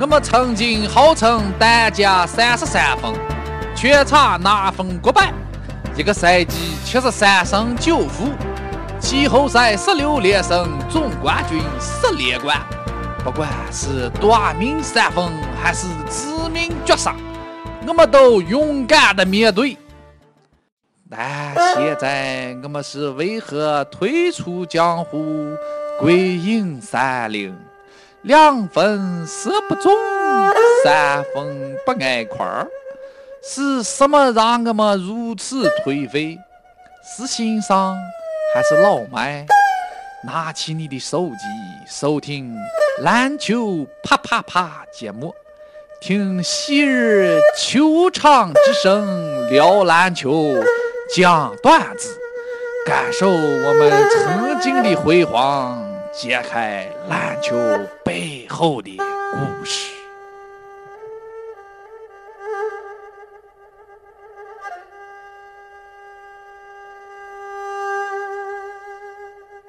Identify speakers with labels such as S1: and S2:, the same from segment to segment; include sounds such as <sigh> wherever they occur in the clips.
S1: 我们曾经号称单加三十三分，全场拿分过百，一个赛季七十三胜九负，季后赛十六连胜，总冠军十连冠。不管是短命三分还是致命绝杀，我们都勇敢的面对。但现在我们是为何退出江湖，归隐山林？两分射不中，三分不挨块儿，是什么让我们如此颓废？是欣赏还是老迈？拿起你的手机，收听篮球啪啪啪节目，听昔日球场之声聊篮球。讲段子，感受我们曾经的辉煌，揭开篮球背后的故事。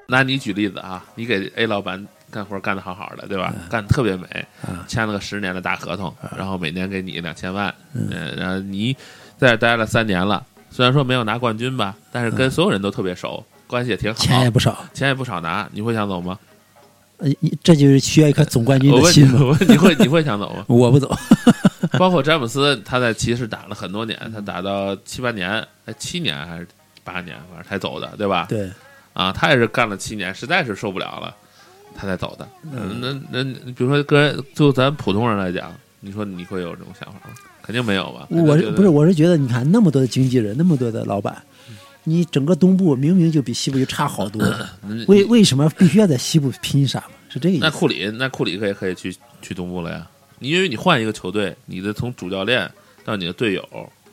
S2: 拿你举例子啊，你给 A 老板干活干得好好的，对吧？
S3: 嗯
S2: 干得特别美，签了个十年的大合同，然后每年给你两千万，嗯，然后你在这待了三年了。虽然说没有拿冠军吧，但是跟所有人都特别熟，关系也挺好，
S3: 嗯钱也不少，
S2: 钱也不少拿，你会想走吗？
S3: 呃你这就是需要一颗总冠军
S2: 我
S3: 的
S2: 问
S3: 心
S2: 你，
S3: 嘛。？
S2: 我问你会你会想走吗
S3: <laughs>
S2: <laughs>
S3: 我不走，
S2: 包括詹姆斯，他在骑士打了很多年，他打到七八年，哎，七年还是八年，反正才走的，对吧？
S3: 对，
S2: 啊，他也是干了七年，实在是受不了了，他才走的。嗯那那那比如说跟就咱普通人来讲，你说你会有这种想法吗？肯定没有吧？
S3: 我
S2: 肯定觉
S3: 是
S2: 得
S3: 不是我是觉得，你看那么多的经纪人，那么多的老板，你整个东部明明就比西部就差好多，
S2: 嗯
S3: 为为什么必须要在西部拼杀嘛？是这个意
S2: 那
S3: 思。
S2: 库里，那库里可以可以去去东部了呀。你因为你换一个球队，你的从主教练到你的队友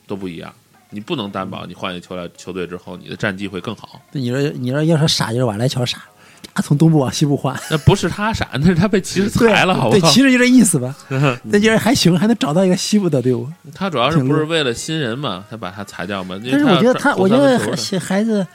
S2: 都不一样，你不能担保你换一个球来球队之后你的战绩会更好。
S3: 对你说你说要说傻就是瓦莱乔傻，啊，从东部往西
S2: <laughs>
S3: 部换，
S2: 那不是他傻，那是他被骑士
S3: 对
S2: 裁了，好不
S3: 对，
S2: 好？嗯
S3: 其实就这意思吧。那就是还行，还能找到一个西部的队伍。
S2: 他主要是不是为了新人嘛，他把他裁掉嘛？因为
S3: 但是我觉得
S2: 他
S3: 他，
S2: 要
S3: 我觉
S2: 转
S3: 得
S2: 投三分球的
S3: 孩孩子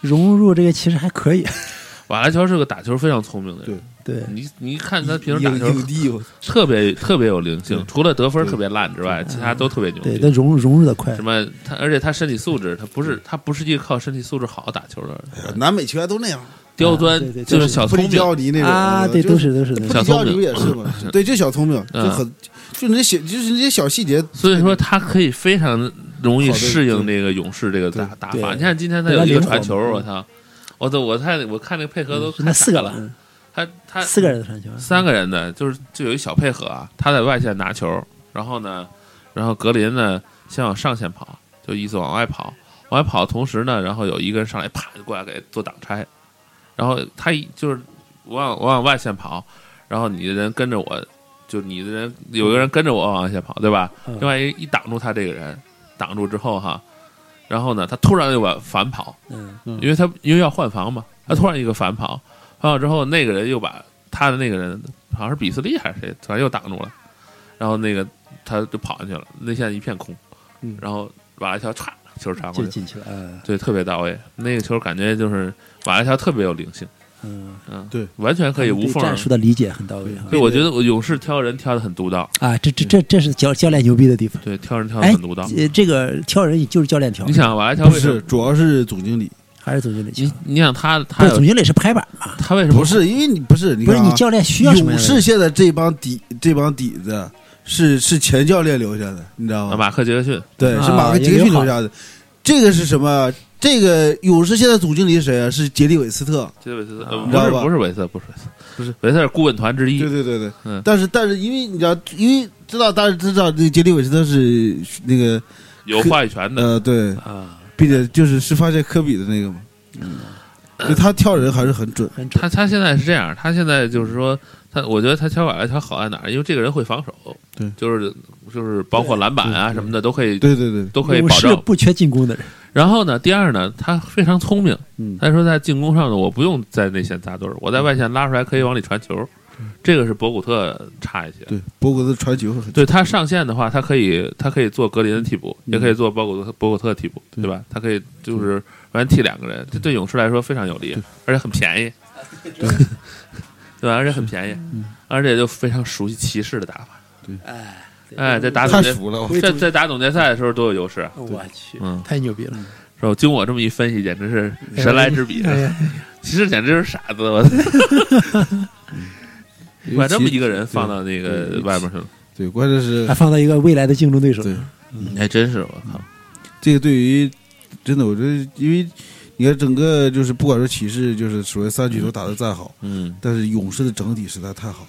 S3: 融入这个其实还可以。 <laughs>
S2: 瓦莱乔是个打球非常聪明的人。
S3: 对，
S2: 你你看他平时打
S4: 影
S2: 球
S4: 影帝，我
S2: 特别特别有灵性，除了得分特别烂之外，其他都特别牛
S3: 对，他
S2: 逼。
S3: 融融入的快
S2: 什。么他，而且他身体素质，他不是他不是一个靠身体素质好打球的人，
S4: 南美球员都那样，
S2: 刁钻
S3: 啊对对
S2: 就是
S3: 对
S2: 哎小
S4: 布
S2: 聪
S4: 里
S2: 明，
S4: 焦尼那种
S3: 啊，对，
S4: 就
S3: 都是都是
S4: 布
S3: 那
S2: 小聪
S4: 里焦
S2: 明嗯
S4: 尼不也是吗？对，就小聪明，就很就那些小就是那些小细节，
S2: 所以说他可以非常容易
S4: 好的
S2: 适应
S4: 对
S2: 这个勇士这个打打法。
S3: 对
S2: 你看今天他
S3: 对
S2: 有
S3: 他
S2: 一个
S3: 灵活
S2: 传球，
S3: 嘛
S2: 我操！我都我看我看那个配合都
S3: 是那
S2: 看
S3: 四
S2: 傻
S3: 个
S2: 了，
S3: 人，
S2: 他他
S3: 嗯四个人的传球，
S2: 三个人的，就是就有一小配合啊，他在外线拿球，然后呢，然后格林呢先往上线跑，就意思往外跑，往外跑的同时呢，然后有一个人上来啪就过来给做挡拆，然后他一就是我往我往外线跑，然后你的人跟着我，就你的人有一个人跟着我往外线跑，对吧？
S3: 嗯
S2: 另外一一挡住他这个人，挡住之后哈，然后呢，他突然又往反跑，
S3: 嗯，
S2: 因为他因为要换防嘛，他突然一个反跑，反跑之后那个人又把他的那个人好像是比斯利还是谁，突然又挡住了，然后那个他就跑进去了，内线一片空，
S3: 嗯
S2: 然后瓦莱乔歘球传过去，
S3: 就进去了。嗯
S2: 对，特别到位，那个球感觉就是瓦莱乔特别有灵性，
S3: 嗯，
S2: 嗯，
S4: 对，
S2: 完全可以无
S3: 对
S2: 缝儿
S3: 战。术的理解很到位啊
S2: 对，我觉得我勇士挑人挑的很独到，
S3: 啊，这这这这是教教练牛逼的地方。
S2: 对，挑人挑的
S3: 哎
S2: 很独到。，
S3: 这这个挑人就是教练挑
S2: 啊你，想瓦莱乔
S4: 不
S2: 为什么
S4: 是，？主要是总经理，
S3: 还是总经理
S2: 你
S3: 强？
S2: 你想他他
S3: 不是
S2: 有
S3: 总经理是拍板嘛？
S2: 他为什么
S4: 不是因为你不是你
S3: 不
S4: 看
S3: 是
S4: 啊
S3: 你教练需要什么
S4: 勇
S3: 样的
S4: 士
S3: 人？
S4: 现在这帮底这帮底子是是前教练留下的，你知道吗？
S2: 马克杰克逊？
S4: 对，
S3: 啊
S4: 是马克杰克逊留下的。这个是什么？这个勇士现在总经理是谁啊？是杰里韦斯特。
S2: 杰克韦斯，
S3: 啊
S2: 呃
S4: 你
S2: 不
S4: 知道
S2: 是
S4: 吧
S2: 不是韦斯，不是韦斯，不是韦斯是顾问团之一
S4: 对。对对对。
S2: 嗯
S4: 但是但是因为你知道，因为知道大家知道那个杰里韦斯特是那个
S2: 有话语权的。
S4: 呃对，
S3: 啊，
S4: 并且就是是发现科比的那个嘛。嗯，就他跳人还是很准。
S3: 很准
S2: 他他现在是这样，他现在就是说，他我觉得他乔瓦莱乔好在哪儿？因为这个人会防守，
S4: 对
S2: 就是就是包括篮板啊什么的都可以
S4: 对对对，
S2: 都可以
S3: 勇
S2: 保
S3: 士
S2: 证。
S3: 不缺进攻的人，
S2: 然后呢，第二呢，他非常聪明，
S4: 嗯
S2: 他说在进攻上呢，我不用在内线扎堆儿，我在外线拉出来可以往里传球，
S4: 嗯
S2: 这个是博古特差一些。
S4: 对，博格的传球很准。
S2: 对他上线的话，他可以他可以做格林的替补，
S4: 嗯
S2: 也可以做博古特博古特替补，对吧？他可以就是完全替两个人，这对勇士来说非常有利
S4: 对，嗯
S2: 而且很便宜。 <laughs> 对吧？而且很便宜，而且就非常熟悉骑士的打法。
S3: 哎，
S2: 哎，在打总
S4: 太
S2: 决
S4: 熟了，我
S2: 在在打总决赛的时候都有优势，
S3: 我去，
S2: 嗯，
S5: 太牛逼了！
S2: 是吧？经我这么一分析，简直是神来之笔，啊
S5: 哎呀，
S2: 骑士简直就是傻子，我把这么一个人放到那个外面去了，
S4: 对，关键是
S3: 还放到一个未来的竞争对手，
S4: 对嗯
S2: 还真是我靠，
S4: 这个对于真的，我觉得因为你看整个就是不管是骑士，就是所谓三巨头打的再好，
S2: 嗯，
S4: 但是勇士的整体实在太好。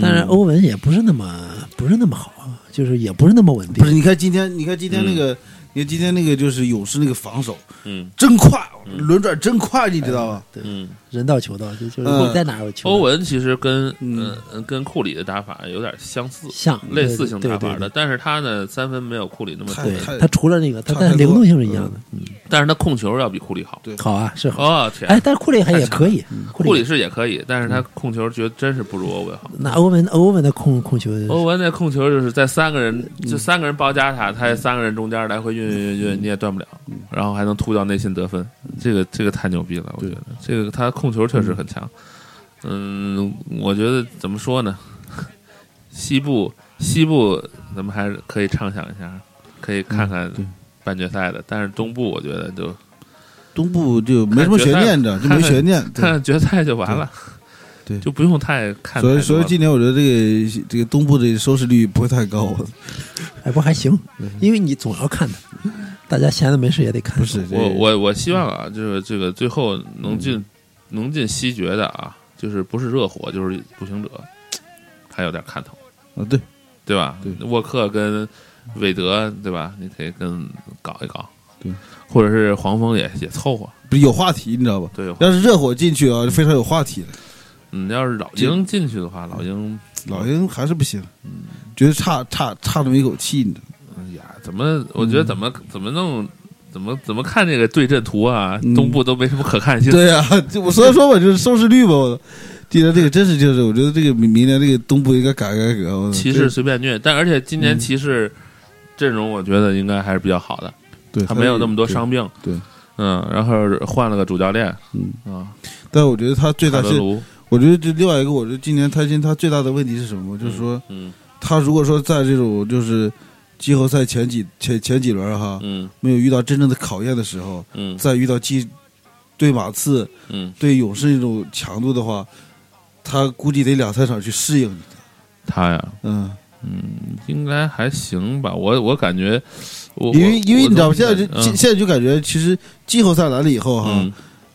S3: 当然欧文也不是那么不是那么好啊，就是也不是那么稳定
S4: 不是，。你看今天，你看今天那个，你看今天那个就是勇士那个防守
S2: 嗯
S4: 真快，轮转真快，你知道吧？
S3: 对，
S2: 嗯。
S3: 人到球到，就就是
S4: 嗯
S3: 你在哪儿有球到，
S2: 欧文其实跟
S4: 嗯
S2: 嗯跟库里的打法有点相似，
S3: 像
S2: 类似性打
S3: 对
S2: 法
S3: 对
S2: 的，但是他呢三分没有库里那么
S4: 太
S2: 准，
S3: 对，他除了那个，他但是灵动性是一样
S4: 嗯
S3: 的，
S2: 但是他控球要比库里好。
S4: 对
S3: 好啊，是好。
S2: 哦天，
S3: 哎，但是库里还也可以，
S2: 嗯库
S3: 里嗯
S2: 里是也可以，但是他控球觉得真是不如欧文好。
S3: 那欧文欧文的控控球，
S2: 欧文那控球就是在三个人
S4: 嗯
S2: 就三个人包夹他，他三个人中间来回运运运运，你也断不了，
S4: 嗯
S2: 然后还能突到内线得分，这个这个太牛逼了，我觉得这个他控球确实很强。嗯，我觉得怎么说呢？西部西部咱们还是可以畅想一下，可以看看
S4: 嗯对
S2: 半决赛的，但是东部我觉得就哎
S4: 东部就没什么悬念的，就
S2: 看
S4: 没
S2: 决赛 <laughs>
S4: 悬念。
S2: 看
S4: 对，
S2: 看决赛就完了，
S4: 对对
S2: 就不用太看太多
S4: 所
S2: 了。
S4: 以所以今年我觉得这个这个东部的收视率不会太高， <laughs>
S3: 哎不还行，因为你总要看的，大家闲着没事也得看。
S4: 嗯不是这个
S2: 我我我希望啊，就是这个最后能
S4: 嗯
S2: 进、能进西决的啊，就是不是热火就是步行者，还有点看头，
S4: 啊，对，
S2: 对吧？
S4: 对
S2: 沃克跟韦德，对吧？你可以跟搞一搞，
S4: 对，
S2: 或者是黄蜂也也凑合，
S4: 不是有话题，你知道吧？
S2: 对。
S4: 要是热火进去啊，就非常有话题了。
S2: 嗯，要是老鹰进去的话，老鹰
S4: 老鹰还是不行，
S2: 嗯
S4: 觉得差差差那么一口气，你知道吗？
S2: 哎呀，怎么？我觉得
S4: 嗯
S2: 怎么、怎么弄？怎么怎么看这个对阵图啊？
S4: 嗯
S2: 东部都没什么可看性。
S4: 对呀、啊 <laughs> 就我所以说嘛，就是收视率吧。我今年这个真是就是，我觉得这个明明年这个东部应该改改革。我
S2: 骑士随便虐，但而且今
S4: 嗯
S2: 年骑士阵容我觉得应该还是比较好的，
S4: 对
S2: 他没有那么多伤病。
S4: 对对
S2: 嗯，然后换了个主教练，
S4: 嗯
S2: 啊，
S4: 但我觉得他最
S2: 卡
S4: 大
S2: 德
S4: 是，
S2: 卢，
S4: 我觉得这另外一个，我觉得今年他今他最大的问题是什么？就是说，
S2: 嗯
S4: 他如果说在这种就是季后赛前几前前几轮哈，
S2: 嗯
S4: 没有遇到真正的考验的时候，
S2: 嗯
S4: 再遇到季对马刺、
S2: 嗯，
S4: 对勇士那种强度的话，他估计得两三场去适应。
S2: 他呀，
S4: 嗯，
S2: 应该还行吧。我我感觉，我
S4: 因为因为你知道吗？现在就
S2: 就
S4: 现现在就感觉，其实季后赛来了以后哈，
S2: 嗯，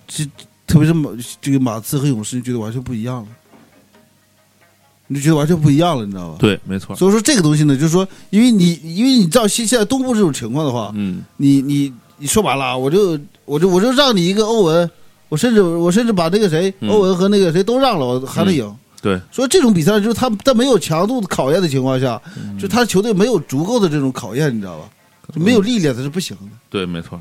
S4: 这特别是马这个马刺和勇士，你觉得完全不一样了，你就觉得完全不一样了，你知道吧？
S2: 对，没错，
S4: 所以说这个东西呢，就是说，因为你因为你知道现现在东部这种情况的话，
S2: 嗯
S4: 你你你说白了啊，我就我就我就让你一个欧文，我甚至我甚至把那个谁、
S2: 嗯
S4: 欧文和那个谁都让了，我还能赢。
S2: 对，
S4: 所以这种比赛就是他在没有强度考验的情况下，
S2: 嗯
S4: 就他球队没有足够的这种考验，你知道吧？就没有历练他是不行的。
S2: 对，没错，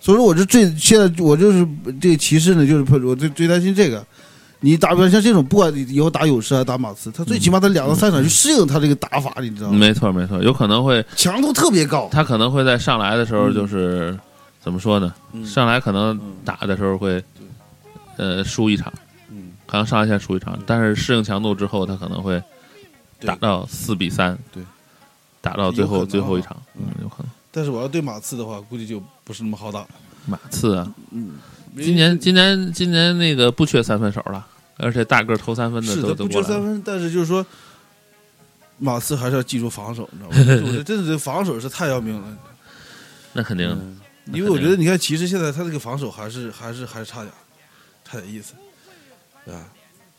S4: 所以说，我就最现在我就是这个骑士呢，就是我最最担心这个。你打比方像这种，不管你以后打勇士还是打马刺，他最起码他两到
S2: 嗯
S4: 三场去适应他这个打法，你知道吗？
S2: 没错，没错，有可能会
S4: 强度特别高，
S2: 他可能会在上来的时候就是、怎么说呢？
S4: 嗯
S2: 上来可能打的时候会，呃，输一场，
S4: 嗯
S2: 可能上来先输一场，但是适应强度之后，他可能会
S4: 对
S2: 打到四比三，
S4: 对，
S2: 打到最
S4: 有可
S2: 后
S4: 能啊
S2: 最后一场，嗯，有可能。
S4: 但是我要对马刺的话，估计就不是那么好打。
S2: 马刺啊，今年今年今年那个不缺三分手了，而且大个儿投三分的
S4: 是
S2: 都
S4: 他
S2: 都
S4: 不
S2: 过
S4: 缺
S2: 来
S4: 三
S2: 了。
S4: 分，但是就是说，马刺还是要记住防守，你知道吗？
S2: <laughs>
S4: 我觉得真的是防守是太要命了，
S2: 那肯定，
S4: 嗯因为我觉得你看骑士现在他这个防守还是还是还是差点，差点意思，啊，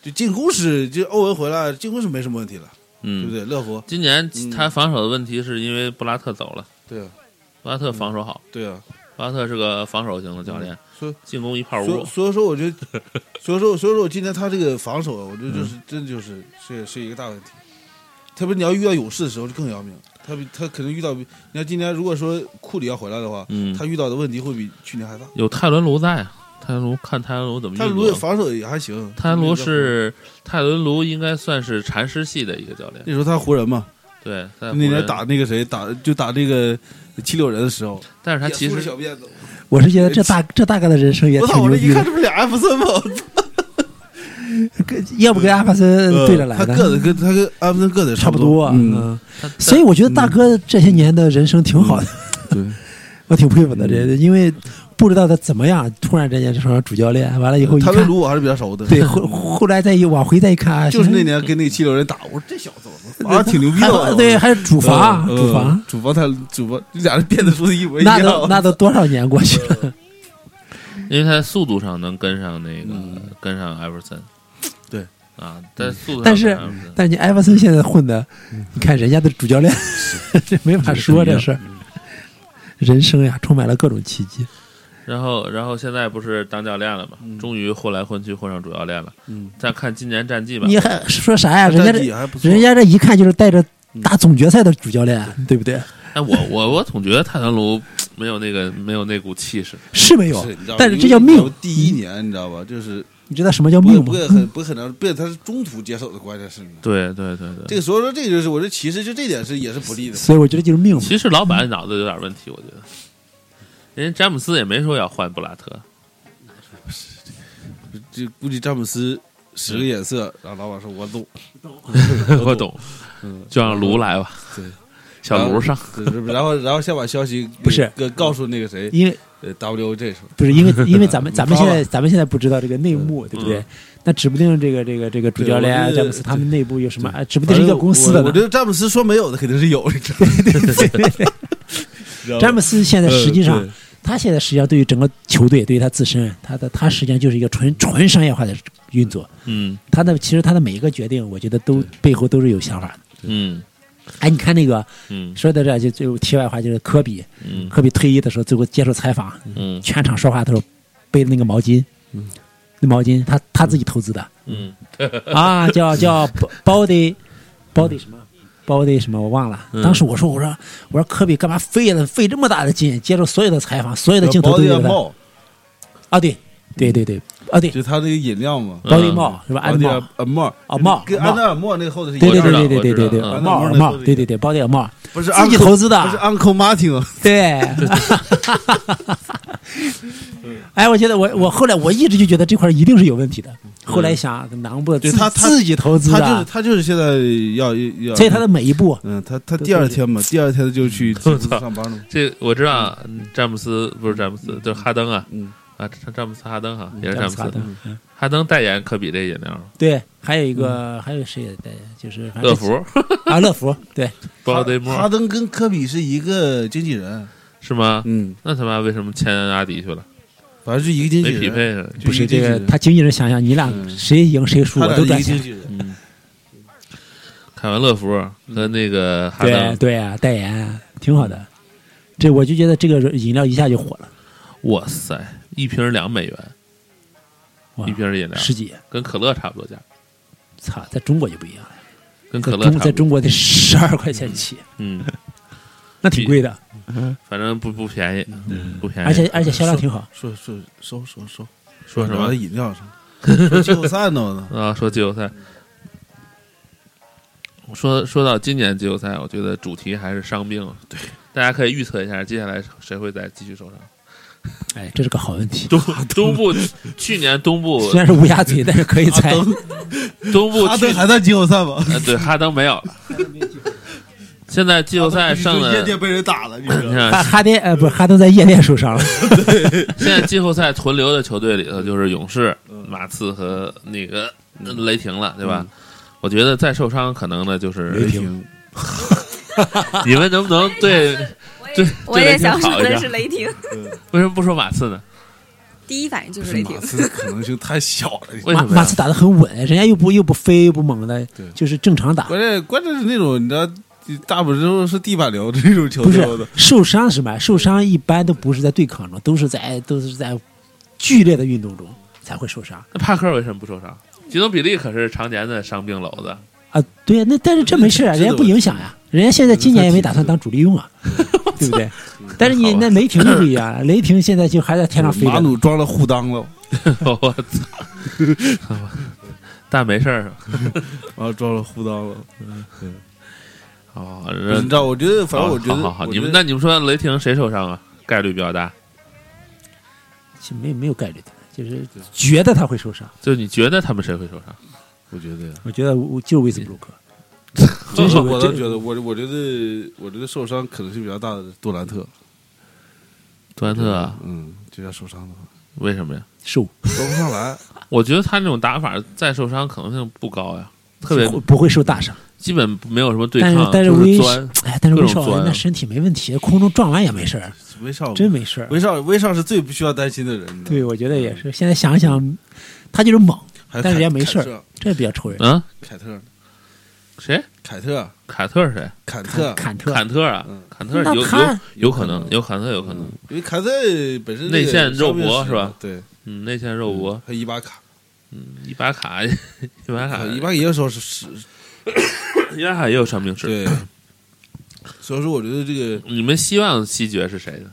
S4: 就进攻是就欧文回来进攻是没什么问题了，对
S2: 嗯，
S4: 不对？乐福
S2: 今年
S4: 嗯
S2: 他防守的问题是因为布拉特走了，
S4: 对啊
S2: 布拉特防守好，
S4: 对啊，
S2: 布拉特是个防守型的教练，
S4: 所以
S2: 进攻一炮
S4: 所以
S2: 屋，
S4: 所以嗯说我觉
S2: <laughs>
S4: 得，所以说所以说我今年他这个防守啊，我觉得
S2: 嗯
S4: 就是、真就是是是一个大问题，特别你要遇到勇士的时候就更要命，他比他可能遇到比你看今年如果说库里要回来的话，
S2: 嗯
S4: 他遇到的问题会比去年还大。
S2: 有泰伦卢在，啊，泰伦卢看泰伦卢怎么运
S4: 泰
S2: 作。
S4: 伦卢也防守也还行，
S2: 泰伦卢嗯是泰伦卢应该算是禅师系的一个教练，
S4: 那时候他湖人嘛，
S2: 对，在
S4: 那
S2: 湖人
S4: 年打，那个谁打就打那个七六人的时候，
S2: 但是他其
S4: 也梳着
S2: 实
S4: 小辫子，
S3: 我是觉得这大这大概的人生也
S4: 呃我
S3: 挺
S4: 操！我
S3: 牛
S4: 这一
S3: 逼
S4: 看，
S3: 的，
S4: 这不俩艾弗森吗？
S3: 跟要不跟阿帕森嗯对着来
S4: 嗯呃他
S3: 的，
S4: 个子跟他跟安弗森个子
S3: 差不
S4: 不多，嗯
S3: 多。
S5: 嗯
S3: 嗯，
S2: 他他
S3: 所以我觉得大哥这些年的人生挺好的，
S5: 对，
S3: 我挺佩服
S4: 嗯
S3: 的。这因为不知道他怎么样，突然之间就成了主教练，完了以后一
S4: 他
S3: 看
S4: 跟，卢我还是比较熟的。
S3: 对，后后来再一往回再一看，啊
S4: <laughs> 就是那年跟那七六人打，我说这小子我操，反正挺牛逼
S3: 还
S4: 的
S3: 有
S4: 我操。
S3: 对，还是主罚，
S4: 嗯
S3: 主罚
S4: 嗯，主防他主防，俩人变得说的一模一
S3: 那
S4: 样。嗯
S3: 都那都多少年过去了，
S2: 因为他速度上能跟上那个、
S4: 嗯
S2: 跟上艾弗森，
S4: 对
S2: 啊，但速度上
S3: <laughs> 但是
S2: 跟上艾弗森
S3: 但是你艾弗森现在混的，
S4: 嗯
S3: 你看人家的主教练， <laughs> 这没法说这事儿。
S4: 嗯
S3: 人生呀，充满了各种奇迹。
S2: 然后然后现在不是当教练了嘛，
S4: 嗯
S2: 终于混来混去混上主教练了。
S4: 嗯，
S2: 再看今年战绩吧，
S3: 你还说啥呀？人家
S4: 战
S3: 这
S4: 绩还不错嗯
S3: 人家这一看就是带着打总决赛的主教练，对不对？
S2: 哎，我我我总觉得泰坦卢没有那个没有那股气势，
S3: 是没有
S4: 是你知道吧，
S3: 但是
S4: 因
S3: 这
S4: 为
S3: 叫
S4: 有
S3: 命。
S4: 第一年你知道吧？就是
S3: 你知道什么叫
S4: 不
S3: 命
S4: 不
S3: 吗？
S4: 会很不可能，被他是中途接手的，关键是呢
S2: 对对对对。
S4: 这个所以说这个就是我这其实就这点是也是不利
S3: <laughs>
S4: 的。
S3: 所以我觉得就是命嘛。
S2: 其实老板脑子有点问题，我觉得，人家詹姆斯也没说要换布拉特，
S4: 这估计詹姆斯十个眼色，然后老板说我懂，
S2: 我懂，就让卢来吧，
S4: 对，
S2: 小卢上，
S4: 对对然后然后先把
S3: <laughs>
S4: 消息
S3: 不是
S4: 给告诉那个谁
S3: 因为
S4: 呃 W O 这时候
S3: 不是
S4: <laughs>
S3: 因为因为咱们咱们
S4: 你
S3: 现
S4: 发吧
S3: 在咱们现在不知道这个内幕，对不对
S2: 嗯？
S3: 那指不定这个这个这个主教
S4: 对我觉
S3: 练啊
S4: 得
S3: 詹姆斯他们内部有什么，哎指不定是一个公司
S4: 我
S3: 的
S4: 我
S3: 呢
S4: 觉。得詹姆斯说没有的肯定是有，你知道
S3: <laughs>
S4: 吗知道吗？
S3: 詹姆斯现在实际上
S4: 嗯，
S3: 他现在实际上对于整个球队，对于他自身，他的他实际上就是一个纯纯商业化的运作。
S2: 嗯
S3: 他的其实他的每一个决定，我觉得都背后都是有想法的。
S2: 嗯
S3: 哎，你看那个
S2: 嗯
S3: 说到这儿就就题外话，就是科比，
S2: 嗯
S3: 科比退役的时候，最后接受采访，
S2: 嗯
S3: 全场说话的时候背的那个毛巾，
S4: 嗯
S3: 那毛巾他他自己投资的
S2: 嗯 <laughs>
S3: 啊，叫叫 body body 什么 body 什么我忘了。当时我说我说我说科比干嘛费了费这么大的劲接受所有的采访，所有的镜头
S4: 包
S3: 都
S4: 的
S3: 有他
S4: 帽，
S3: 啊，对对对对啊对
S4: 就他那个饮料嘛，
S2: 嗯
S3: body 帽是吧？
S4: 包
S3: 安
S4: 的
S3: 帽
S4: 耳帽
S3: 啊帽
S4: 跟
S3: 啊帽
S4: 安德尔莫那个后头是一
S3: 对
S4: 样
S3: 对对
S4: 的，
S3: 对
S2: 我
S3: 对
S2: 知道
S3: 对对，
S2: 嗯
S3: 耳帽耳帽，对对对，包的耳帽，
S4: 不是
S3: 自己
S4: Uncle-
S3: 投资的啊
S4: 不是 Uncle Martin，
S3: 对。哎，我觉得我我后来我一直就觉得这块儿一定是有问题的，后来想囊不
S4: 对
S3: 自
S4: 他他
S3: 自己投资
S4: 他就是
S3: 的，啊
S4: 他就是现在要要，
S3: 所以他的每一步，
S4: 嗯，他他第二天嘛，第二天就去吉
S2: 我
S4: 姆斯
S2: 操
S4: 上班了嘛，
S2: 这我知道，啊詹姆斯不是詹姆斯，就是哈登啊
S4: 嗯，
S2: 啊，詹詹姆斯哈登哈，也是詹
S3: 詹姆
S2: 姆
S3: 斯哈
S2: 斯，
S3: 登嗯
S2: 哈登代言科比这饮料，
S3: 对，还有一
S4: 嗯
S3: 个还有谁也带，就是反正
S2: 乐福
S3: 啊，乐福，对，
S2: Body
S4: 哈
S2: More
S4: 登跟科比是一个经纪人，
S2: 是吗？
S4: 嗯，
S2: 那他妈为什么签阿迪去了？
S4: 反正是一个经纪
S2: 没匹
S4: 人，
S2: 配啊呢？
S4: 就
S3: 不
S4: 一
S3: 是这
S4: 经纪
S3: 个
S4: 人
S3: 他经纪人想想你俩
S4: 嗯
S3: 谁赢谁输，
S4: 他
S3: 我
S4: 俩
S3: 都
S4: 是
S3: 赚
S4: 一个经
S3: 钱，
S4: 纪人，
S2: 嗯，凯文乐福和那个哈
S3: 对
S2: 登，
S3: 对啊，代言挺好的，这我就觉得这个饮料一下就火了，
S2: 哇塞，一瓶两美元，
S3: 哇
S2: 一，瓶饮料
S3: 十几，
S2: 跟可乐差不多价，
S3: 操，在中国就不一样了，
S2: 跟
S3: 在
S2: 可乐差
S3: 中
S2: 不多
S3: 在中国得十二块钱起，
S2: 嗯，
S3: 那挺贵的，
S2: 反正不不便宜，嗯不便宜，
S3: 而且而且销量
S2: 哎
S3: 挺好。
S4: 说说说说说
S2: 说什么
S4: 聊到饮料上，说季后赛呢我呢，
S2: 啊，说季后赛，说说到今年季后赛，我觉得主题还是伤病。对，大家可以预测一下，接下来谁会再继续受伤？
S3: 哎，这是个好问题。
S2: 东东部去年东部
S3: 虽然是乌鸦嘴，但是
S2: <laughs>
S3: 可以猜
S4: 哈。登
S2: 东部
S4: 哈
S2: 去
S4: 登还在季后赛吗？
S2: 呃对哈登没有了，现在季后
S4: <laughs>
S2: 赛哎剩
S4: 你说
S2: 的
S4: 夜店被人打了，你知道
S2: 你
S3: <laughs> 哈
S4: 吗？
S2: 看，
S3: 哈登呃，不是哈登在夜店受伤了。
S2: 现在季后赛存留的球队里头就是勇士、
S4: 嗯
S2: 马刺和那个呃雷霆了，对吧？我觉得再受伤可能呢就是
S4: 雷霆，
S2: 你们能不能 <laughs> 对
S5: <laughs>
S2: 对
S6: 我
S2: 对
S6: 也
S2: 雷霆
S6: 想
S2: 好
S6: 说
S2: 一
S6: 的
S2: 下
S6: 是雷霆，
S2: 为什么不说马刺呢？
S6: 第一反应就是
S4: 是
S6: 雷
S4: 马
S2: <laughs>
S6: 霆。
S4: 刺的可能性太小了。
S2: 为
S3: 马
S2: 什么呀
S3: 马刺打得很稳，人家又不又不飞又不猛的
S4: 对，
S3: 就是正常打。
S4: 关键关键是那种你知道，大部分都是地板流的那种球
S3: 不
S4: 队
S3: 是
S4: 我的，
S3: 受伤是什么？受伤一般都不是在对抗中，都是在都是在剧烈的运动中才会受伤
S2: 那帕克为什么不受伤？吉诺比利可是常年的伤病篓子， <laughs>
S3: 啊。对呀，那但是这没事啊，
S4: 这这
S3: 人家不影响呀。人家现在今年也没打算当主力用啊，对不对？但是你那雷霆就不一样了，雷霆现在就还在天上飞
S4: 马
S3: 着呢。
S4: 努装了护裆了，
S2: 我操！但没事儿
S4: 啊，装了护裆了。
S2: 哦，
S4: 嗯你知道，我觉得，反正我觉得，
S2: 啊好好好，
S4: 我
S2: 你
S4: 觉
S2: 们
S4: 得
S2: 那你们说雷霆谁受伤啊？概率比较大，
S3: 其实没没有概率的，就是觉得他会受伤。
S2: 就你觉得他们谁会受伤？
S4: 我觉得，
S3: 我觉得我就是威斯布鲁克，真是
S4: 我倒
S3: 这
S4: 觉得，我我觉得，我觉得受伤可能性比较大的是杜兰特，
S2: 杜兰特啊
S4: 嗯，就要受伤的话，
S2: 为什么呀？
S3: 受
S4: 说不上
S3: <laughs>
S4: 来。
S2: 我觉得他那种打法再受伤可能性不高呀，特别
S3: 不不会受大伤。
S2: 基本没有什么对
S3: 但是
S2: 抗，
S3: 但是
S2: 就
S3: 威
S2: 是钻。
S3: 哎，但是
S2: 各种
S3: 威少
S2: 钻
S3: 人那身体没问题，空中撞完也没事儿，
S4: 威少，
S3: 真没事儿。
S4: 威少，威少是最不需要担心的人。你知道吗
S3: 对，，我觉得也是。现在想想，他就是猛，
S4: 还有
S3: 但是人
S4: 凯
S3: 家没事
S4: 凯
S3: 儿
S4: 特，
S3: 这比较愁人。
S2: 嗯，
S4: 凯特，
S2: 谁？
S4: 凯特，
S2: 凯特是谁？
S4: 坎特，
S3: 坎特，
S2: 坎特啊
S4: 嗯，
S2: 坎特
S3: 那
S2: 有
S3: 他
S2: 有有可能，有坎特有可能
S4: 嗯。，因为凯特本身
S2: 内
S4: 这个
S2: 线肉搏
S4: 伤病
S2: 是吧？
S4: 对，
S2: 嗯，内线肉搏，哎
S4: 还有伊巴卡，
S2: 伊巴卡， <laughs> 伊巴
S3: 呃
S2: 卡，
S4: 伊巴卡也有时候是是，
S2: 伊巴卡也有伤病史。
S4: 对。所以说，我觉得这个
S2: 你们希望西决是谁呢？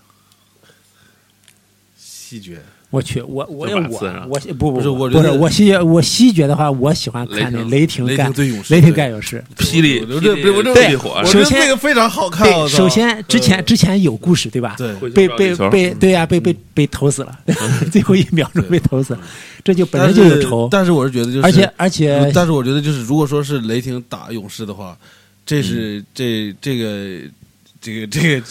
S4: 细节，
S3: 我去，我我
S2: 就
S3: 我
S2: 马刺上
S3: 我不不
S4: 不是我觉
S3: 不是
S4: 得
S3: 我西决我西决的话，我喜欢看那雷霆
S4: 雷
S3: 干
S4: 霆对勇士，
S3: 雷霆干勇士。
S2: 霹雳，
S4: 我觉得
S2: 霹雳
S4: 我觉得
S2: 霹雳火
S4: 我，觉得这个非常好看。
S3: 对，
S4: 我操嗯
S3: 首先之前之前有故事对吧？
S4: 对嗯
S3: 被被
S2: 球
S3: 被对呀，被被被投死了， <laughs> 最后一秒钟被投死了，这就本身就有仇，
S4: 嗯但是我是觉得就是，
S3: 而且呃而且
S4: 但是我觉得就是，如果说是雷霆打勇士的话，这是、
S3: 嗯
S4: 这这个这个这个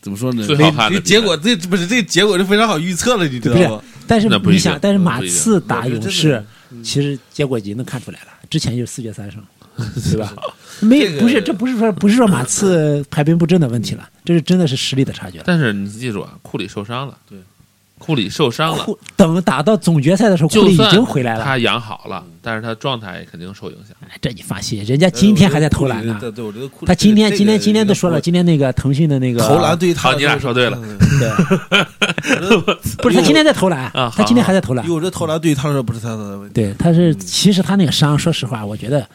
S4: 怎么说呢？
S2: 最好看的
S4: 这
S2: 比赛
S4: 结果这不是这结果就非常好预测了，你知道
S3: 对
S4: 吗？
S3: 但是
S2: 那不一
S3: 你
S2: 定
S3: 想，但是
S2: 那
S3: 马
S2: 不一定
S3: 刺打
S4: 我觉得
S3: 勇
S4: 真的嗯
S3: 士，其实结果已经能看出来了，之前就是四决
S4: <laughs>
S3: 三胜，对吧？
S4: 这
S3: 没
S4: 个
S3: 不是，这不是说不是说马刺排兵布阵的问题了，这是真的是实力的差距了。
S2: 但是你记住啊，库里受伤了，
S4: 对，
S2: 库里受伤了，
S3: 库等打到总决赛的时候，库
S2: 就
S3: 里已
S2: 算
S3: 经回来了，嗯
S2: 他养好了，但是他状态肯定受影响。
S3: 哎这你放心，人家今天还在投篮
S2: 呃
S3: 呢。
S4: 对，对呃我觉得库里
S3: 他今天
S4: 这个
S3: 今天今天都说了，
S4: 这
S3: 今天那个腾讯的那个
S4: 个嗯投篮，对于他
S2: 好，你俩说对了 <laughs>
S3: 对，不是他今天在投篮
S2: 啊，
S3: 他今天还在投篮
S4: 因为。我这投篮对于他来说不是他的问题。
S3: 对，他
S2: 嗯
S3: 是其实他那个伤，说实话，我觉得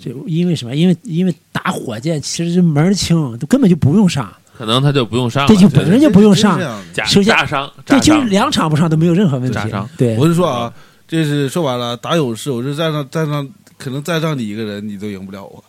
S3: 就因为什么？因为因为打火箭其实就门儿清，就根本就不用上。
S2: 可能他就不用上了，
S3: 这就
S2: 啊对
S3: 本身就不用上
S4: 真是这样的
S2: 假
S3: 首先
S2: 炸伤，
S3: 对，
S2: 炸
S3: 就是
S2: 伤，
S3: 两场不上都没有任何问题
S2: 炸伤。
S3: 对
S4: 我，就说啊，这是说白了，打勇士，我就站上站上，可能站上你一个人，你都赢不了我。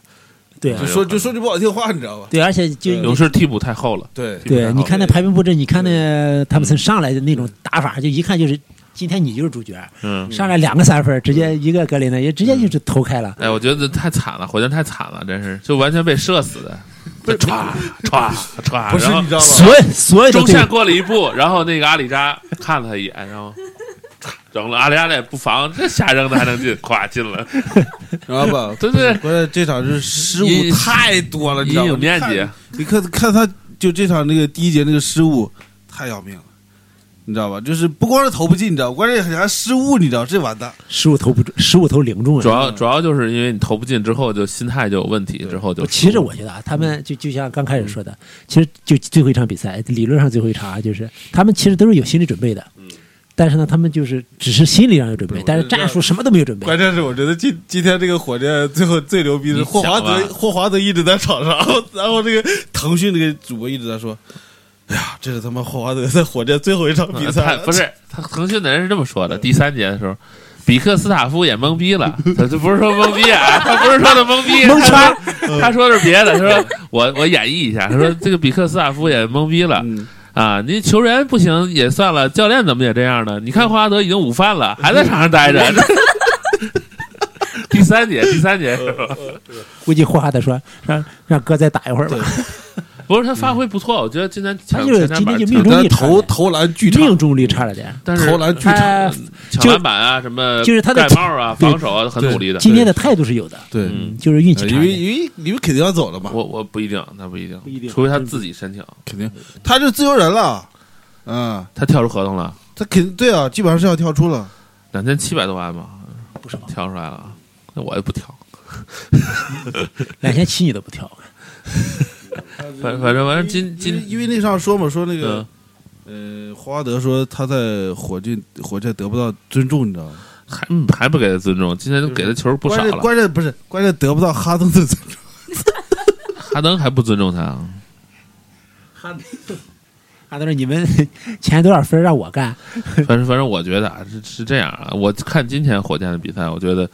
S3: 对
S2: 哎
S4: 就说就说句不好听话，你知道吧？
S3: 对，而且就
S4: 对
S2: 勇士替补太厚了，
S4: 对
S2: 对嗯
S3: 对，你看那排兵布阵，你看
S4: 对
S3: 那汤普森上来的那种打法，就一看就是今天你就是主角，
S2: 嗯。
S3: 上来两个三分，直接一个格林的也直接就是投开了。
S2: 哎，我觉得太惨了，火箭太惨了，真是就完全被射死的，就歘歘歘，
S4: 不是
S2: 啊然后
S4: 你知道吧？
S3: 所有 <laughs> 所有的
S2: 哦中
S3: 队
S2: 线
S3: 伍，
S2: 过了一步，然后那个阿里扎看了他一眼，然后扔了，阿里扎也不防，这瞎扔的还能进，咵进了，
S4: 然后吧，
S2: 对不对？
S4: 关键这场是失误
S2: 阴
S4: 太多了，你知道
S2: 阴
S4: 吗
S2: 影面积，
S4: 你看看他就这场那个第一节那个失误太要命了，你知道吧？就是不光是投不进，你知道，关键还失误，你知道，这完蛋。
S3: 十五投不中，十五投零中
S2: 主
S3: 啊。
S2: 要主要就是因为你投不进之后，就心态就有问题，之后就
S3: 其实我觉得啊，他
S4: 嗯
S3: 们就就像刚开始说的，其实就最后一场比赛，理论上最后一场啊，就是他们其实都是有心理准备的，
S4: 嗯
S3: 但是呢，他们就是只是心理上有准备，但是战术什么都没有准备。
S4: 关键是我觉得今今天这个火箭最后最牛逼的是
S2: 你
S4: 霍华
S2: 想啊
S4: 德，
S2: 吧
S4: 霍华德一直在场上，然后然后这个腾讯这个主播一直在说。哎呀，这是他妈霍华德在火箭最后一场比
S2: 嗯
S4: 赛
S2: 他
S4: 了，
S2: 不是他腾讯的人是这么说的：第三节的时候，比克斯塔夫也懵逼
S4: <laughs>
S2: 了，他这不是说懵逼啊，他不是说的懵逼，
S3: 蒙圈
S2: 他说他说的是别的，他说我我演绎一下，他说这个比克斯塔夫也懵逼了。
S4: 嗯
S2: 啊，你球员不行也算了，教练怎么也这样呢？你看霍华德已经午饭了，还在场上待
S4: <laughs>
S2: 着。第三节，第三节是吧？
S3: 估计霍华德说让让哥再打一会儿吧，
S2: 不是他发挥不错，我觉得今天
S3: 他
S2: 抢
S3: 就是
S2: 前三板
S3: 今天
S2: 挺
S3: 就命中
S4: 但
S3: 率差
S4: 投
S3: 点，
S4: 投篮巨差，
S3: 命中率差了点。
S2: 但是
S4: 投篮巨差。
S3: 他
S2: 抢
S3: 就
S2: 篮板啊，什么
S3: 就是他的
S2: 盖帽啊，
S3: 对
S2: 防守啊，很
S4: 对
S2: 努力的。
S3: 今天的态度是有的，
S4: 对，
S2: 嗯
S3: 就是运气
S4: 呃
S3: 差
S4: 因
S3: 了
S4: 为
S3: 点。
S4: 因为你们肯定要走了嘛，
S2: 我我不一定，那不一定，
S3: 不一定
S2: 除非他自己申请，
S4: 肯定他是自由人了，嗯，
S2: 他跳出合同了，
S4: 他肯对啊，基本上是要跳出了。
S2: 两千七百多万吧，
S3: 不少
S2: 跳出来了啊，那我也不跳，
S3: 两千七你都不跳，
S2: 反反正反正今
S4: 因为
S2: 今
S4: 因为那上说嘛，说那个
S2: 嗯，
S4: 呃，霍华德说他在火箭火箭得不到尊重，你知道吗？
S2: 还还不给他尊重，今天都给的球不少
S4: 关键
S2: 了，
S4: 关键不是关键得不到哈登的尊重，
S2: 哈登还不尊重他啊，
S3: 啊，他说你们 <laughs> 前多少分让我干，
S2: 反正反正我觉得啊是是这样啊，我看今天火箭的比赛，我觉得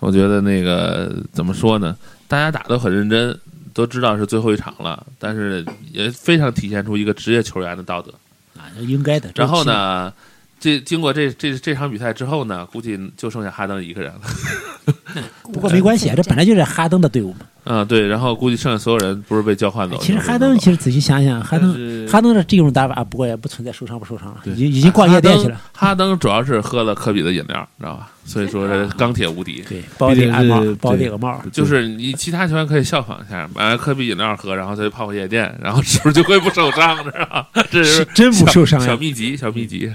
S2: 我觉得那个怎么说呢，大家打得很认真，都知道是最后一场了，但是也非常体现出一个职业球员的道德。
S3: 啊，应该的。这
S2: 然后
S3: 是
S2: 呢，这经过这这这场比赛之后呢，估计就剩下哈登一个人了。
S3: 不过没关系啊，这本来就是哈登的队伍嘛。
S2: 嗯，对，然后估计剩下所有人不是被交换走。
S3: 哎其实
S2: 就是被
S3: 哈
S2: 弄
S3: 登，
S2: 走
S3: 其实仔细想想，哈
S4: 但是
S3: 登哈登的这种打法，不过也不存在受伤不受伤了，
S2: 对
S3: 已经已经逛夜店去了。
S2: 哈登。哈登主要是喝了科比的饮料，你知道吧？所以说这钢铁无敌。
S3: 对，包顶安
S4: 毕竟
S3: 帽
S4: 是，
S3: 包顶个帽，
S2: 就是你其他球员可以效仿一下，买完科比饮料喝，然后再去泡泡夜店，然后是不是就会不受伤？知道吧？这
S3: 是
S2: 是
S3: 真不受伤
S2: 小
S3: 呀！
S2: 秘籍，小秘籍。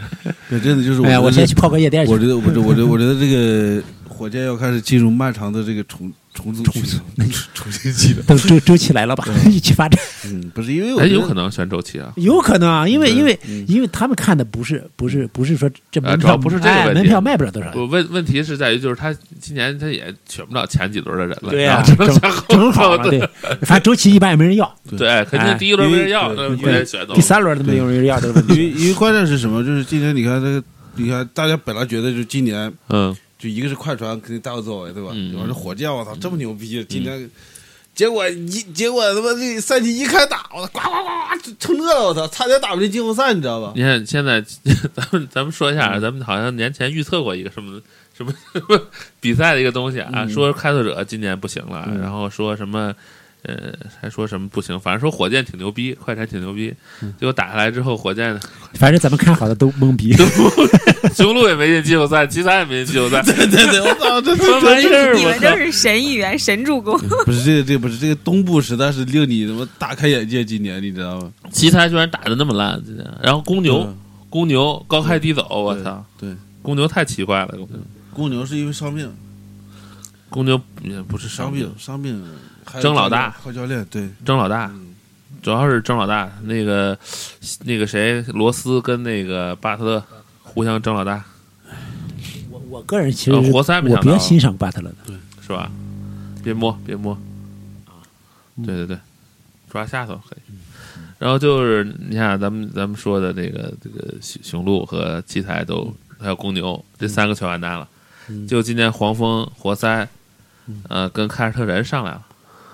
S4: 这真的就是
S3: 哎呀，我
S4: 觉
S3: 先
S4: 得
S3: 去泡个夜店去
S4: 我。觉得，我觉得，我觉得，我觉得这个火箭要开始进入漫长的这个重重组期了，重新期了。
S3: 等周周期来了吧， <laughs> 一起发展。
S4: 嗯，不是因为我
S2: 哎，
S4: 觉得
S2: 有可能选周期啊。
S3: 有可能啊，因为因为
S4: 嗯
S3: 因为他们看的不是不是不是说这
S2: 啊
S3: 门
S2: 主要
S3: 票
S2: 不是这个
S3: 哎
S2: 问题
S3: 门票卖不了多少，
S2: 我问问题是在于，就是他今年他也选不到前几轮的人了，
S3: 对呀、
S2: 啊然后只
S3: 正
S2: 能向后
S3: 正好嘛，
S2: 走
S3: 对，反正周期一般也没人要，
S2: 对，肯定第一轮没人要，那没人选走
S3: 第。三轮都没有人要这个问
S4: 因
S3: 题。
S4: 为因为关键是什么？就是今年你看这个，你看大家本来觉得就是今年
S2: 嗯，
S4: 就一个是快船肯定大有作为，对吧？
S2: 嗯
S4: 完了火箭，我操，这么牛逼，今年结果一结果他妈这赛季一开打，我操，呱呱呱呱，成这了，我操，差点打不进季后赛，你知道吧？
S2: 你看现在 <laughs> 咱们咱们说一下，啊咱们好像年前预测过一个什么什么 <laughs> 什么比赛的一个东西啊， <laughs> 说开拓者今年不行了，然后说什么。呃，还说什么不行？反正说火箭挺牛逼，快船挺牛逼，结果打下来之后，火箭
S3: 反正咱们看好的都懵逼，
S2: 雄鹿也没进季后赛，奇才也没进季后赛，
S4: 对对对，我操，这
S2: 什么玩意
S5: <laughs>
S2: 儿？
S5: 你
S2: 我
S5: 们
S2: 操！
S5: 就是神预言、神助攻。
S4: 不是这个，这个不是这个东部实在是令你他妈大开眼界，今年你知道吗？
S2: 奇才居然打的那么烂，今天然后公牛，公牛高开低走，我操！
S4: 嗯对，对，
S2: 公牛太奇怪了，公牛
S4: 公牛是因为伤病，
S2: 公牛也不是伤
S4: 伤
S2: 病
S4: 病，，伤病，还有
S2: 争老
S4: 教练
S2: 大
S4: 靠教练，对，
S2: 争老大，主要是争老大。那个那个谁，罗斯跟那个巴特勒互相争老大，
S3: 我我个人其实
S2: 呃
S3: 是
S2: 活塞没
S3: 我
S2: 想
S3: 比较
S2: 到
S3: 欣赏巴特勒的，
S2: 是吧？别摸，别摸。对对对，抓下头可以。然后就是你看咱们咱们说的这个这个雄雄鹿和奇才都还有公牛这三个全完蛋了，就今年黄蜂、活塞，呃，跟凯尔特人上来了，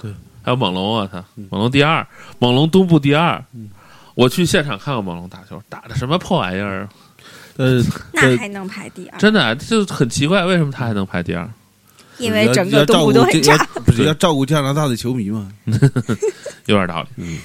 S4: 对，
S2: 还有猛龙，我操，猛龙第二，猛龙东部第二。我去现场看过猛龙打球，打的什么破玩意儿？啊
S4: 但是
S5: <laughs> 那还能排第二？
S2: 真的啊就很奇怪，为什么他还能排第二？
S5: 因为
S4: 要
S5: 整
S4: 要
S5: 个
S4: 照
S5: 东
S4: 顾
S5: 部都很
S4: 这要
S5: 差。
S4: 不是要照顾加拿大的球迷嘛？
S2: 有点道理。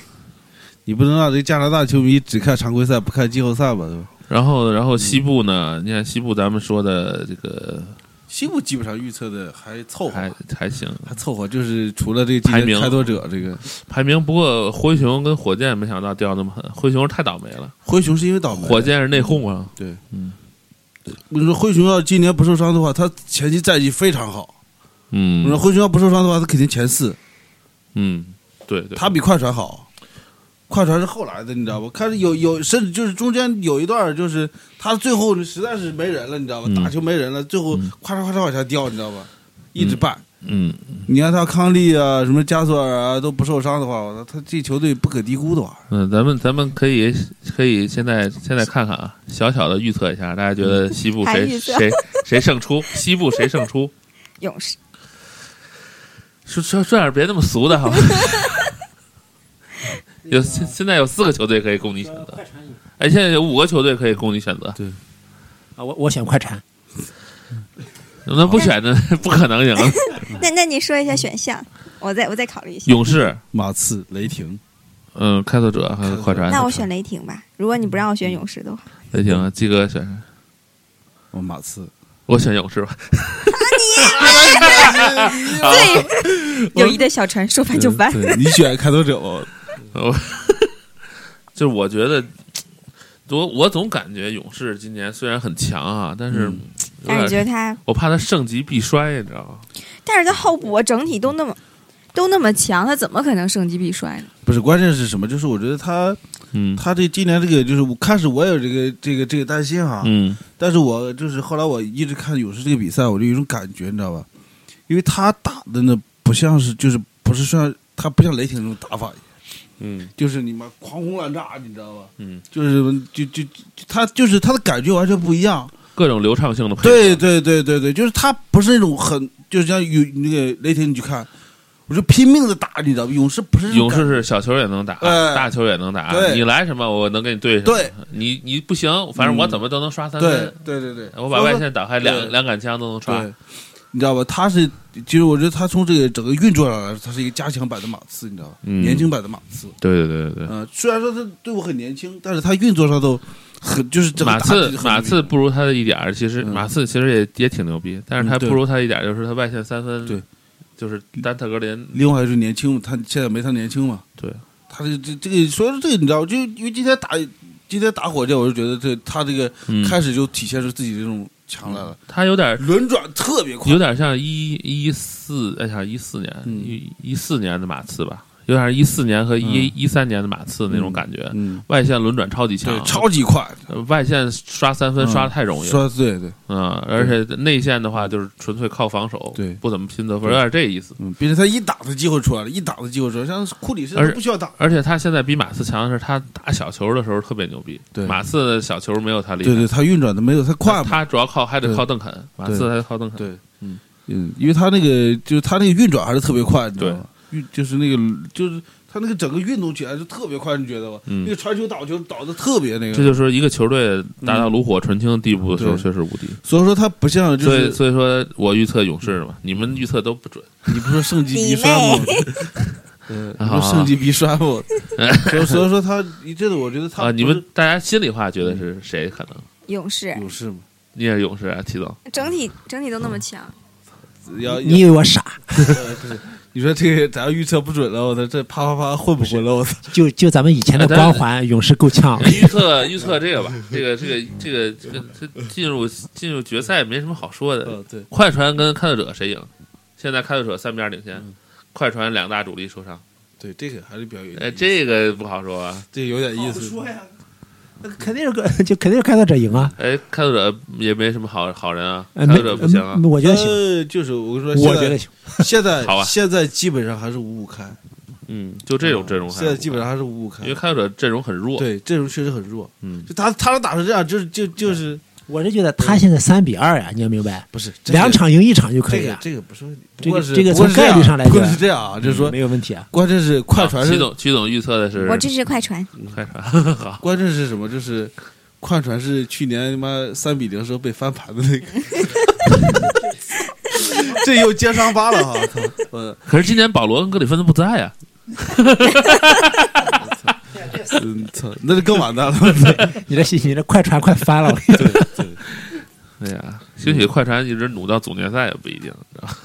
S4: 你不能让这加拿大球迷只看常规赛不看季后赛吧？对吧？
S2: 然后，然后
S4: 嗯
S2: 西部呢？你看西部，咱们说的这个
S4: 西部基本上预测的还凑合，
S2: 还还行，
S4: 还凑合，就是除了这个今
S2: 排名
S4: 年开拓者这个
S2: 排名不过灰熊跟火箭没想到掉那么狠，灰熊是太倒霉了，
S4: 灰熊是因为倒霉，
S2: 火箭是内讧啊，
S4: 对，
S2: 嗯，
S4: 你说灰熊要今年不受伤的话，他前期战绩非常好。你说
S2: 嗯
S4: 灰熊要不受伤的话，他肯定前四，
S2: 嗯，对对，
S4: 他比快船好。快船是后来的，你知道吧？看着有有，甚至就是中间有一段，就是他最后实在是没人了，你知道吧？
S2: 嗯
S4: 打球没人了，最后
S2: 嗯
S4: 咔嚓咔嚓往下掉，你知道吧？一直办。
S2: 嗯，
S4: 你看他康利啊，什么加索尔啊都不受伤的话，我操，他这球队不可低估的玩意儿。
S2: 嗯，咱们咱们可以可以现在现在看看啊，小小的预测一下，大家觉
S4: 嗯
S2: 得西部
S5: 还
S2: 谁
S5: 预测
S2: 谁谁胜出？西部谁胜出？
S5: 勇士，
S2: 说说说点别那么俗的
S5: <laughs>
S2: 好吗？有现现在有四个球队可以供你选择，哎，现在有五个球队可以供你选择，
S3: 啊，我我选快船，
S2: 那不选的不可能赢了。
S5: 那那你说一下选项，我再我再考虑一下。
S2: 勇士，
S4: 马刺、雷霆，
S2: 嗯，开拓者还有快船，
S5: 那我选雷霆吧，如果你不让我选勇士的话，
S2: 也行啊。鸡哥选谁？
S4: 哦，马刺，
S2: 我选勇士吧。啊
S5: 对，
S2: <laughs>
S5: 友谊的小船说翻就翻。
S4: 对，你选开拓者吧。
S2: 我就是我觉得，我我总感觉勇士今年虽然很强啊，但是
S4: 嗯
S2: 有
S5: 但
S2: 点
S5: 是你觉得他，
S2: 我怕他盛极必衰，你知道吗？
S5: 但是他后补整体都那么都那么强，他怎么可能胜极必衰呢？
S4: <laughs> 不是，关键是什么？就是我觉得他
S2: 嗯
S4: 他这今年这个，就是我开始我也有这个这个这个担心哈，
S2: 嗯
S4: 但是我就是后来我一直看勇士这个比赛，我就有一种感觉，你知道吧？因为他打的呢不像是就是不是像他不像雷霆那种打法，
S2: 嗯
S4: 就是你妈狂轰滥炸，你知道吧？
S2: 嗯，
S4: 就是就就就他就是他的感觉完全不一样。
S2: 各种流畅性的配合
S4: 对对对对对，就是他不是那种很，就是像有那个雷霆，你去看，我就拼命的打，你知道吗？勇士不是
S2: 勇士是小球也能打，
S4: 哎
S2: 大球也能打，
S4: 对
S2: 你来什么我能给你对什么。
S4: 对
S2: 你你不行，反正我
S4: 嗯
S2: 怎么都能刷三
S4: 对
S2: 分。
S4: 对对对，
S2: 我把外线打开，
S4: 对
S2: 两两杆枪都能刷。
S4: 对，你知道吧？他是，其实我觉得他从这个整个运作上来说，他是一个加强版的马刺，你知道吧？
S2: 嗯
S4: 年轻版的马刺。
S2: 对对对对对。
S4: 嗯、虽然说他队伍很年轻，但是他运作上都很就是整个
S2: 马
S4: 打
S2: 刺
S4: 击很
S2: 马
S4: 牛
S2: 刺不如他的一点儿，其实
S4: 嗯
S2: 马刺其实也也挺牛逼，但是他
S4: 嗯对
S2: 不如他的一点儿就是他外线三分，
S4: 对，嗯
S2: 就是丹特格林，
S4: 另外就是年轻嘛，他现在没他年轻嘛。
S2: 对，
S4: 他这这这个，所以说这个你知道，就因为今天打今天打火箭，我就觉得这他这个
S2: 嗯，
S4: 开始就体现出自己这种强来了，
S2: 他有点儿
S4: 轮转特别快
S2: 有。点像一一四，哎，像一四年
S4: 嗯
S2: 一一四年的马刺吧，有点一四年和一一三年的马刺那种感觉，
S4: 嗯，
S2: 外线轮转超级
S4: 对
S2: 强，，
S4: 超级快，
S2: 呃外线刷三分
S4: 嗯
S2: 刷的太容易了，
S4: 说对对，
S2: 嗯，而且内线的话就是纯粹靠防守，
S4: 对
S2: 不怎么拼得分，
S4: 对
S2: 有点这意思。
S4: 嗯，并且他一打的机会出来了，一打的机会出来，像库里是
S2: 而
S4: 他不需要打，
S2: 而且他现在比马刺强的是，他打小球的时候特别牛逼。
S4: 对
S2: 马刺的小球没有他厉害。
S4: 对对，他运转的没有他快嘛，
S2: 他主要靠还得
S4: 对
S2: 靠邓肯，马刺还得靠邓肯。
S4: 对，
S2: 嗯
S4: 嗯，因为他那个就是他那个运转还是特别快，你知道
S2: 对
S4: 吗？运就是那个就是他那个整个运动起来就特别快，你觉得吧？
S2: 嗯
S4: 那个传球倒球倒的特别
S2: 这
S4: 那个，
S2: 就是说一个球队达到炉火纯青地步的时候，
S4: 嗯对
S2: 确实无敌。
S4: 所以说他不像就
S2: 所以，
S4: 是
S2: 所以说我预测勇士嘛，你们预测都不准。
S4: 你不说圣级鼻酸吗？嗯，
S2: 啊
S4: 你说圣级鼻酸
S2: <laughs>
S4: 吗？所以所以说他这个我觉得他
S2: 啊，你
S4: 不是
S2: 们大家心里话觉得是谁可能？
S5: 勇士
S4: 勇士嘛，
S2: 你也是勇士啊，齐总。
S5: 整体整体都那么强，
S4: 要
S3: 你以为我傻？
S4: 你说这个咱要预测不准了，我操，这啪啪啪混不混了？我操，
S3: 就就咱们以前的
S2: 哎但
S3: 光
S2: 是
S3: 环，勇士够
S4: 啊
S3: 呛。
S2: 预测 <laughs> 预测这个吧，这个这个这个这个这进入进入决赛没什么好说的。
S4: 嗯，对，
S2: 快船跟开拓者谁赢？现在开拓者三比二领先，
S4: 嗯
S2: 快船两大主力受伤，
S4: 对，这个还是比较有意思，
S2: 哎，这个不好说啊。
S4: 这有点意思。
S3: 肯定是个， <laughs> 就肯定是开拓者赢啊！
S2: 哎，开拓者也没什么好好人啊，
S3: 呃
S2: 开
S3: 没
S2: 拓者不行啊
S3: 呃，我觉得行，
S4: 呃，就是我跟你说，
S3: 我
S4: 现在
S3: 觉得行。
S4: 现在
S2: 好吧
S4: 现在基本上还是五五开，
S2: 嗯，就这种阵容还是
S4: 哦现在基本上还是五五开
S2: 不好，因为开拓者阵容很弱，，
S4: 对阵容确实很弱。
S2: 嗯，
S4: 就他他能打成这样，就是就就是
S3: 我是觉得他现在三比二呀，你要明白，
S4: 不是这个
S3: 两场赢一场就可
S4: 这
S3: 以
S4: 个
S3: 了，
S4: 这个不是问题，
S3: 这个
S4: 不过是
S3: 这个
S4: 不过是
S3: 从概率
S4: 这样
S3: 上来
S4: 不过
S3: 讲
S4: 是这样啊，就是说
S3: 没有问题啊。
S4: 关键是快船
S2: 啊齐
S4: 是
S2: 总齐总预测的是
S5: 我支持快船。
S2: 快船， <laughs> 好，
S4: 关键是什么？就是快船是去年他妈三比零时候被翻盘的 <laughs> 那个。这又揭伤疤了哈！操，呃我
S2: 可是今年保罗跟格里芬都不在啊，
S4: 嗯操，那就更完蛋了。我操
S3: 你这你这快船快翻了，我跟你说
S2: 哎呀，兴许快船一直努到总决赛也不一定，知道吧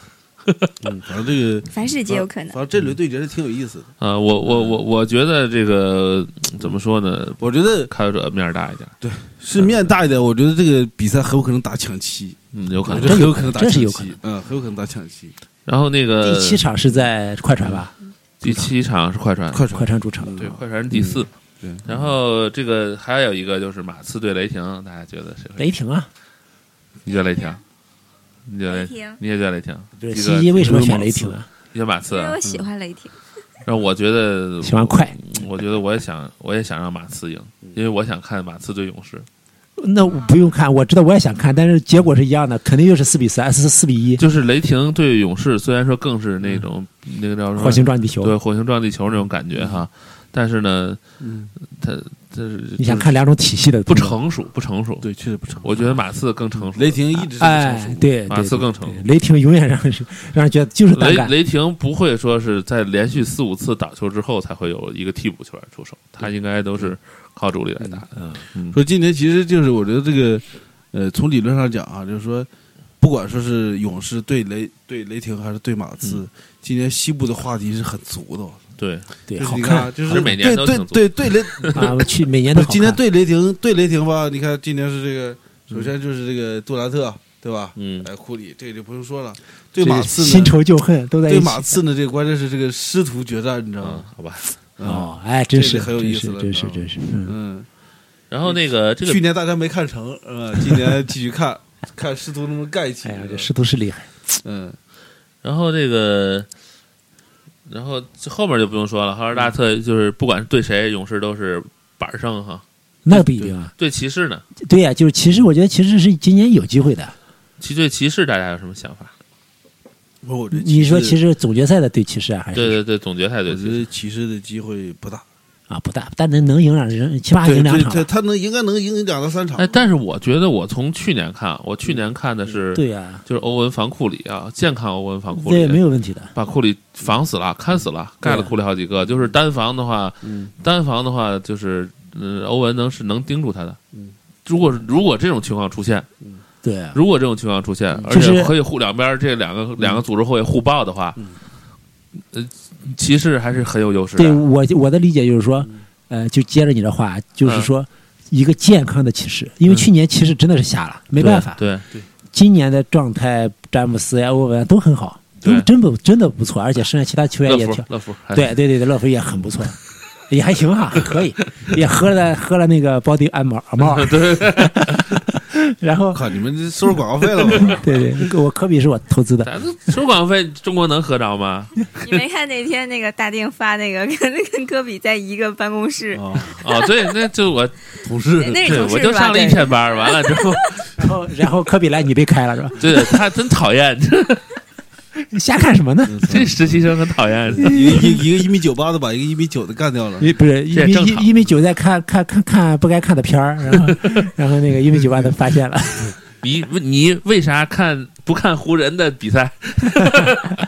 S4: 嗯，反正这个，嗯
S5: 凡事皆有可
S4: 反
S5: 能。
S4: 正这轮对决是挺有意思的。
S2: 啊，我我我我觉得这个嗯怎么说呢，
S4: 我觉得
S2: 开拓者面儿大一点，
S4: 是面大一点，我觉得这个比赛很有可能打抢七，
S2: 嗯，有可
S4: 我
S2: 能
S4: 觉。得很有可能打
S3: 这
S4: 抢
S3: 是有可
S4: 七，嗯，很有可能打抢七。
S2: 然后那个
S3: 第七场是在快船吧？
S2: 第七场是快船，
S4: 快嗯船
S3: 快，船主场，
S2: 对，快船是第四。
S4: 对
S2: 然后这个还有一个就是马刺对雷霆，大家觉得谁会？
S3: 雷霆啊，
S2: 你觉得雷霆？你觉得雷
S5: 雷霆
S2: 你也觉得雷霆？
S3: 对，
S2: 一个
S3: 西西为什么
S4: 一个
S3: 选
S4: 马
S3: 雷
S4: 刺
S3: 霆啊？
S2: 你觉得马刺
S5: 因
S2: 啊
S5: 为我？喜欢雷霆，
S2: 让我觉得，嗯
S3: 喜欢嗯快，
S2: 我觉得我也想，我也想让马刺赢，因为我想看马刺对勇士。
S3: 那我不用看，我知道我也想看，但是结果是一样的，肯定又是四比三，四四比一，
S2: 就是雷霆对勇士，虽然说更是那种那个叫什么
S3: 嗯火星撞地球嗯
S2: 对。火星撞地球那种感觉哈，但是呢，
S4: 嗯，
S2: 他这是
S3: 你想看两种体系的
S2: 不？成熟，不成熟。
S4: 对，确实不成。嗯
S2: 我觉得马刺更成熟。
S4: 雷霆一直是不
S3: 哎
S4: 啊成，熟，
S3: 对，
S2: 马刺
S3: 对
S2: 更
S3: 对
S2: 成
S3: 对雷霆永远让人让人觉得就是单
S2: 雷
S3: 干，
S2: 雷霆不会说是在连续四五次倒球之后才会有一个替补球员出手，他应该都是靠主力来打。
S4: 说今年其实就是我觉得这个，呃，从理论上讲啊，就是说，不管说是勇士对雷对雷霆还是对
S3: 嗯
S4: 马刺，今年西部的话题是很足的。
S2: 对，
S3: 对，
S4: 就是
S3: 好
S4: 你看
S3: 看
S4: 啊，就
S2: 还
S4: 是
S2: 是每年都
S4: 对
S2: 挺足
S4: 对对对雷
S3: 啊！我去，每年
S4: 不
S3: 都
S4: 是
S3: 好
S4: 今天
S3: 看
S4: 对雷霆对雷霆吧，你看今年是这个，首先就是这个杜兰特，对吧？
S2: 嗯，
S4: 哎，库里这个就不用说了。对
S3: 这
S4: 马刺
S3: 新
S4: 呢，
S3: 仇旧恨都在一
S4: 对
S3: 起。
S4: 马刺呢，这个关键是这个师徒决战，你知道
S2: 嗯
S4: 吗？，
S2: 好吧。
S3: 哦，哎，真
S4: 这
S3: 是
S4: 个很有意思了
S3: 真是
S4: 你知道
S3: 真是真是，嗯，
S4: 嗯，
S2: 然后那个这个
S4: 去年大家没看成，呃，今年继续看， <laughs> 看师徒能不能盖起
S3: 哎呀，
S4: 来。
S3: 这师徒是厉害，
S4: 嗯，
S2: 然后这个，然后这后面就不用说了。哈
S4: 嗯
S2: 尔大特就是不管是对谁，勇士都是板胜哈。
S3: 那不一定啊。
S2: 对骑士呢？
S3: 对呀，就是其实我觉得其实是今年有机会的，
S2: 其对骑士大家有什么想法？
S4: 不，我觉得
S3: 你说
S4: 骑
S3: 其实总决赛的对骑士啊还
S2: 对
S3: 是
S2: 对对，总决赛
S4: 我
S2: 对
S4: 觉
S2: 其实
S4: 得骑士的机会不大，
S3: 啊不大，但能能赢两人，起码
S4: 对
S3: 赢两
S4: 对，他
S3: 场。
S4: 他能应该能赢两到三场
S2: 哎，，但是我觉得我从去年看，我去年看的是
S3: 对呀，
S2: 就是欧文防库里啊，健康欧文防库
S3: 对，没
S2: 里，
S3: 有问题的。
S2: 把库里防死了，看死了，盖了
S3: 对
S2: 库里好几个。就是单防的话，
S3: 嗯
S2: 单防的话就是，嗯，欧文能是能盯住他的
S3: 嗯。
S2: 如果如果这种情况出现，
S3: 对啊，
S2: 如果这种情况出现，而
S3: 嗯就是嗯
S2: 且可以互两边这两个两个组织后卫互爆的话，呃，骑士还是很嗯有优势
S3: 对
S2: 的。
S3: 我我的理解就是说，呃，就接着你的话，就是说一个健康的骑士，因
S2: 嗯
S3: 为去年骑士真的是瞎了，没办法。
S2: 对，
S3: 今年的状态，詹姆斯呀、欧文啊都很好，
S2: 对
S3: 都真不真的不错，而且剩下其他球
S2: 对乐
S3: 员也
S2: 福哎
S3: 挺，
S2: 乐福，还
S3: 对对对对，乐福也很不错，也还行啊哈，还可以，也喝了喝了那个包地按摩按摩，
S2: <laughs> 对对，
S3: <laughs> 然后
S4: 靠，你们这收入广告费了吧？
S3: <laughs> 对对，我科比是我投
S2: <laughs>
S3: 资的，
S2: 咱这收广告费，中国能合着
S3: <laughs>
S2: 吗？
S5: <laughs> 你没看那天那个大定发那个 <laughs> 跟跟科比在一个办公室，
S4: 啊，
S2: 哦，对，那就我
S4: 同事
S5: 对那是
S2: 对
S5: <laughs> 同事
S2: 我就
S5: 吧
S2: 上了一
S5: 对
S2: 天班儿，完了之后， <laughs>
S3: 然后然后科比来你被开了是吧？
S2: 对他真讨厌， <laughs>
S3: 你瞎看什么呢？
S2: 这实习生很讨
S3: <laughs>
S2: 厌。
S4: 一个一一个一米九八的把一个一米九的干掉了，
S3: 一不是一
S2: 这也
S3: 米
S2: 正常
S3: 一一米九在看看看看不该看的片儿，
S2: <laughs>
S3: 然后然后那个一米九八的发现了，
S2: 你你为啥看不看湖人的比赛？ <laughs>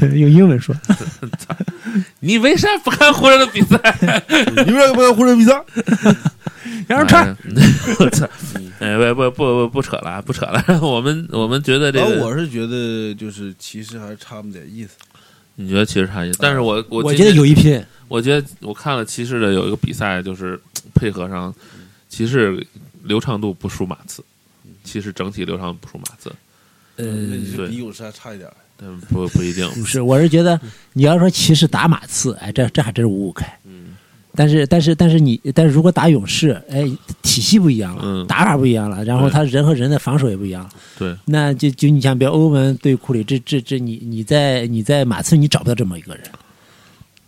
S3: 用英文说，
S2: 你为啥不看湖人的比赛？
S4: 你们两个不要互人比赛，
S3: 杨成川，
S2: 哎， <laughs> 我操！哎，不不不不不扯了，不扯了。 <laughs> 我们我们觉得这
S4: 然后
S2: 个，
S4: 啊我是觉得就是骑士还是差那么点意思，
S2: 你觉得骑士差异？但是我我
S3: 我
S2: 今
S3: 觉得
S2: 天
S3: 有一拼，
S2: 我觉得我看了骑士的有一个比赛，就是配合上骑士流畅度不输马刺，骑士整体流畅度不输马刺，
S3: 呃，
S4: 那你就
S2: 对
S4: 比勇士还差一点。
S2: 但不不一定。
S3: 不是，我是觉得你要说骑士打马刺，哎，这这还真是五五开，
S2: 嗯
S3: 但是但是但是你但是如果打勇士，哎，体系不一样了，
S2: 嗯
S3: 打法不一样了，然后
S2: 对
S3: 他人和人的防守也不一样了，
S2: 对，
S3: 那就就你像比如欧文对库里，这这这你你在你在马刺你找不到这么一个人，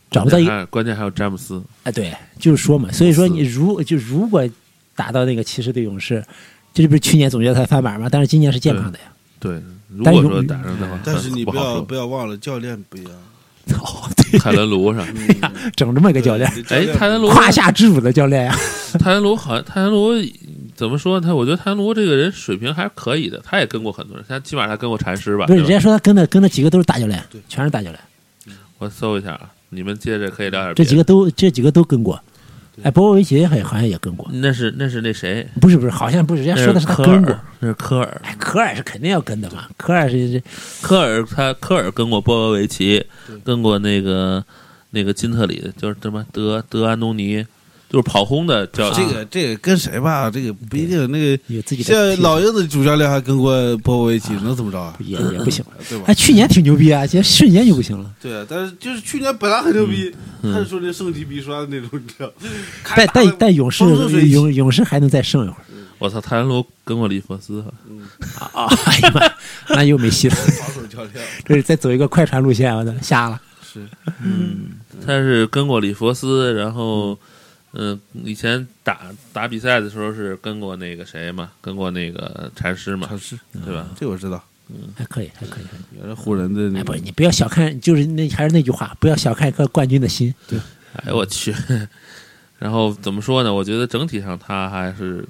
S3: 找不到一个
S2: 还关键还有詹姆斯，
S3: 哎，对，就是说嘛，所以说
S2: 公司
S3: 你如就如果打到那个骑士对勇士，这不是去年总决赛翻版吗？但是今年是健康的呀。
S2: 对，如
S3: 但
S2: 果
S3: 是
S2: 说
S3: 有嗯
S2: 打上的话，
S4: 但是你
S2: 不
S4: 不
S2: 好
S4: 要
S2: 说。
S4: 不要忘了，教练不一样。
S3: 哦，对，
S2: 泰伦卢上，
S3: 整这么一个教练，
S4: 对，
S2: 哎，泰伦卢，
S3: 胯下之辱的教练呀、
S2: 泰伦卢好像泰伦卢怎么说呢？他我觉得泰伦卢这个人水平还是可以的，他也跟过很多人，他起码他跟过禅师吧。
S3: 不是，
S2: 对
S3: 人
S2: 吧
S3: 家说他跟的跟的几个都是大教练，全是大教练，
S2: 我搜一下啊，你们接着可以聊点
S3: 这
S2: 别
S3: 几
S2: 的。
S3: 个都这几个都跟过。哎，博维奇好像好像也跟过，
S2: 那是那是那谁？
S3: 不是不是，好像不是，人家说的是他
S2: 呃科
S3: 跟过
S2: 尔。，那是科尔，
S3: 哎，科尔是肯定要跟的嘛，科尔是是
S2: 科尔他科尔跟过波波维奇，跟过那个那个金特里，就是什么德德安东尼，就是跑轰的叫
S3: 啊
S4: 这个这个跟谁吧，这个不一定。那个
S3: 有自己
S4: 现在
S3: 的踢法，
S4: 老鹰的主教练还跟过波波维奇，能怎么着啊？
S3: 也也不行。
S4: 对吧
S3: 哎，？去年挺牛逼啊，其实去年就不行了。
S4: 对啊，但是就是去年本来很牛逼，他是说那盛极必衰的那种，你知道？
S3: 但但但勇士
S4: 风生水起
S3: 勇勇士还能再胜一会儿
S2: 我操，泰伦卢跟过里弗斯，
S3: 啊！ <laughs> 哎呀妈，那又没戏了， <laughs>
S4: 防守教练
S3: 这是再走一个快船路线，啊我操，瞎了。
S4: 是
S2: 他是跟过里弗斯，然后嗯、以前打打比赛的时候是跟过那个谁嘛，跟过那个禅师嘛，
S4: 尝试，
S2: 对
S3: 嗯
S2: 吧？
S4: 这我知道，
S3: 还可以，还可以。还可以
S4: 也是湖人的那
S3: 哎，不
S4: 个
S3: 是，你不要小看，就是那还是那句话，不要小看一颗冠军的心。
S2: 哎，我去。然后怎么说呢？我觉得整体上他还是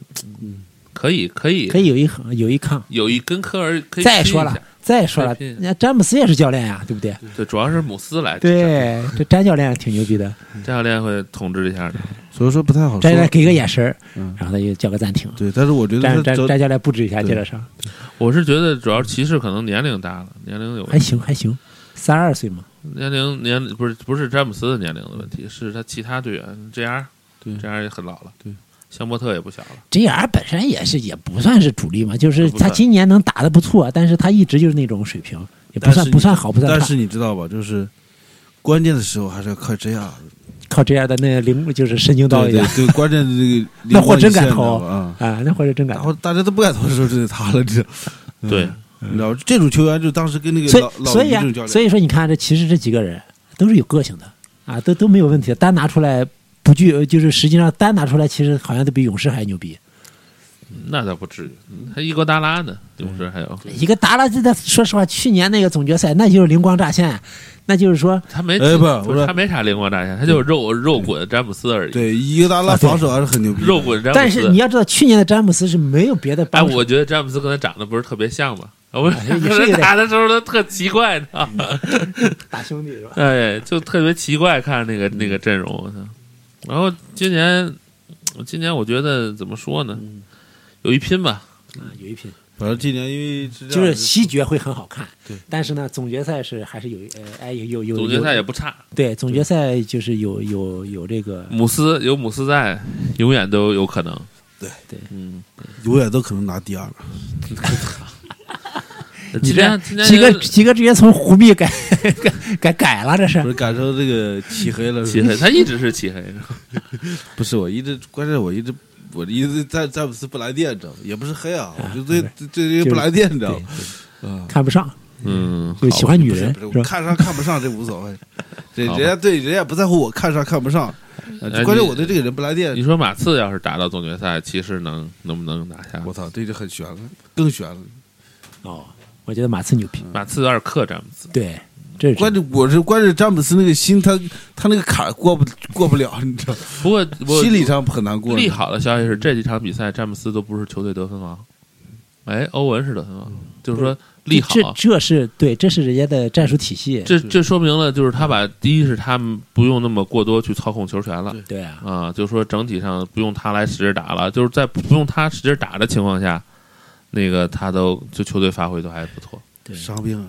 S2: 可以，可以，
S3: 嗯可以有一横有一抗。
S2: 有一跟科尔可以
S3: 再
S2: 拼
S3: 说
S2: 一
S3: 了
S2: 下，
S3: 再说了，
S2: 可以拼
S3: 人家詹姆斯也是教练呀，对不对？
S2: 对，主要是姆斯来，
S3: 对，这詹教练挺牛逼的，
S2: 詹教练会统治一下的。
S4: 所以说不太好
S3: 詹教练
S4: 说。
S3: 给个眼神儿
S4: 嗯，
S3: 然后他就叫个暂停。
S4: 对，但是我觉
S3: 詹
S4: 得他
S3: 詹
S4: 整
S3: 詹教练布置一下，
S4: 对
S3: 接着上，
S2: 我是觉得主要骑士可能年龄大了，年龄有
S3: 还行还行，三十二岁嘛，
S2: 年龄年不是不是詹姆斯的年龄的问题，是他其他队员这样，
S4: 对
S2: 这样也很老了，
S4: 对，
S2: 香伯特也不小了，
S3: JR 本身也是也不算是主力嘛，就是
S2: 不算
S3: 他今年能打得不错，但是他一直就是那种水平，也不
S4: 但
S3: 算
S4: 是
S3: 不算好，不算
S4: 但
S3: 差
S4: 是，你知道吧？就是关键的时候还是要靠这样，
S3: 靠 JR 的那个灵就是神经刀
S4: 对
S3: 一
S4: 对
S3: 样
S4: 对，关键的这个
S3: <laughs> 那货真敢
S4: 灵光一
S3: 投
S4: 现的啊！
S3: 啊，那会是真敢
S4: 然。后大家都不敢投的时候，就得他了，
S3: <laughs>
S4: 这
S2: 对，
S4: 你知道嗯这种球员就当时跟那个
S3: 所
S4: 老
S3: 以
S4: 老
S3: 所
S4: 鹰
S3: 以
S4: 这
S3: 啊
S4: 种教，练，
S3: 所以说你看这其实这几个人都是有个性的啊，都都没有问题的，单拿出来不具呃就是实际上单拿出来其实好像都比勇士还牛逼，
S2: 那倒不至于，嗯还伊戈达拉呢，勇士还有
S3: 一个达拉这他说实话，去年那个总决赛那就是灵光乍现，那就是说
S2: 他没
S4: 哎不
S2: 是
S4: 我说
S2: 他没啥灵光乍现，他就是肉肉滚詹姆斯而已，
S4: 对，伊戈达拉
S3: 啊对
S4: 防守还是很牛逼的。
S2: 肉滚詹姆斯。
S3: 但是你要知道，去年的詹姆斯是没有别的
S2: 哎，
S3: 帮手，
S2: 我觉得詹姆斯跟他长得不是特别像吧？我们
S3: 哎也是有
S2: 他
S3: 点
S2: 打的时候都特奇怪呢，
S4: 嗯
S3: 打兄弟是吧？
S2: 哎，就特别奇怪，看那个那个阵容，我操！然后今年，今年我觉得怎么说呢，
S3: 嗯
S2: 有一拼吧。
S3: 啊，有一拼，
S4: 反正今年因为是这
S3: 就
S4: 样
S3: 是
S4: 的
S3: 西决会很好看，
S4: 对。
S3: 但是呢，总决赛是还是有呃，哎有有有
S2: 总决赛也
S3: 有
S2: 不差，
S3: 对，总决赛就是有有有这个
S2: 姆斯有姆斯在，永远都有可能。
S4: 对
S3: 对
S2: 嗯，
S4: 永远都可能拿第二。
S2: 呃今
S3: 这
S2: 天今天
S3: 几个几个直接从胡蜜改 <laughs> 改改改了，这
S4: <laughs> 不
S3: 是
S4: 是赶上这个漆黑了，
S2: <laughs> 漆黑，他一直是嗯漆黑，是吧
S4: 不是我一直，关键我一直我一直在詹姆斯不来电，你知道吗？也不是黑啊，我就对对对不来电，你知道吗？啊，
S3: 看不上，
S2: 嗯，
S3: 就喜欢女
S4: 不是
S3: 人
S4: 不是，
S3: 是
S4: 我
S3: 吧？
S4: 看上看不上这无所谓，这
S2: 好吧
S4: 人家对人家不在乎我看上看不上，啊
S2: 哎
S4: 关键
S2: 你
S4: 我对这个人不来电
S2: 你，说马刺要是打到总决赛，骑士能能不能拿下？
S4: 我操，这就很悬了，更悬了。
S3: 哦，我觉得马刺牛逼，
S2: 马刺有点克詹姆斯，
S3: 对，这是
S4: 关键我是关键詹姆斯那个心，他他那个坎儿过不过不了，你知道吗，
S2: 不过我
S4: 心理上很难过。
S2: 利好的消息是，这几场比赛詹姆斯都不是球队得分王，哎，欧文是得分王，就是说利好。啊
S3: 这这是对，这是人家的战术体系，
S2: 这这说明了，就是他把第一是他们不用那么过多去操控球权了
S3: 对啊，
S2: 啊，就是说整体上不用他来使劲打了，就是在不用他使劲打的情况下，那个他都就球队发挥都还不错。
S3: 对，
S4: 伤病啊，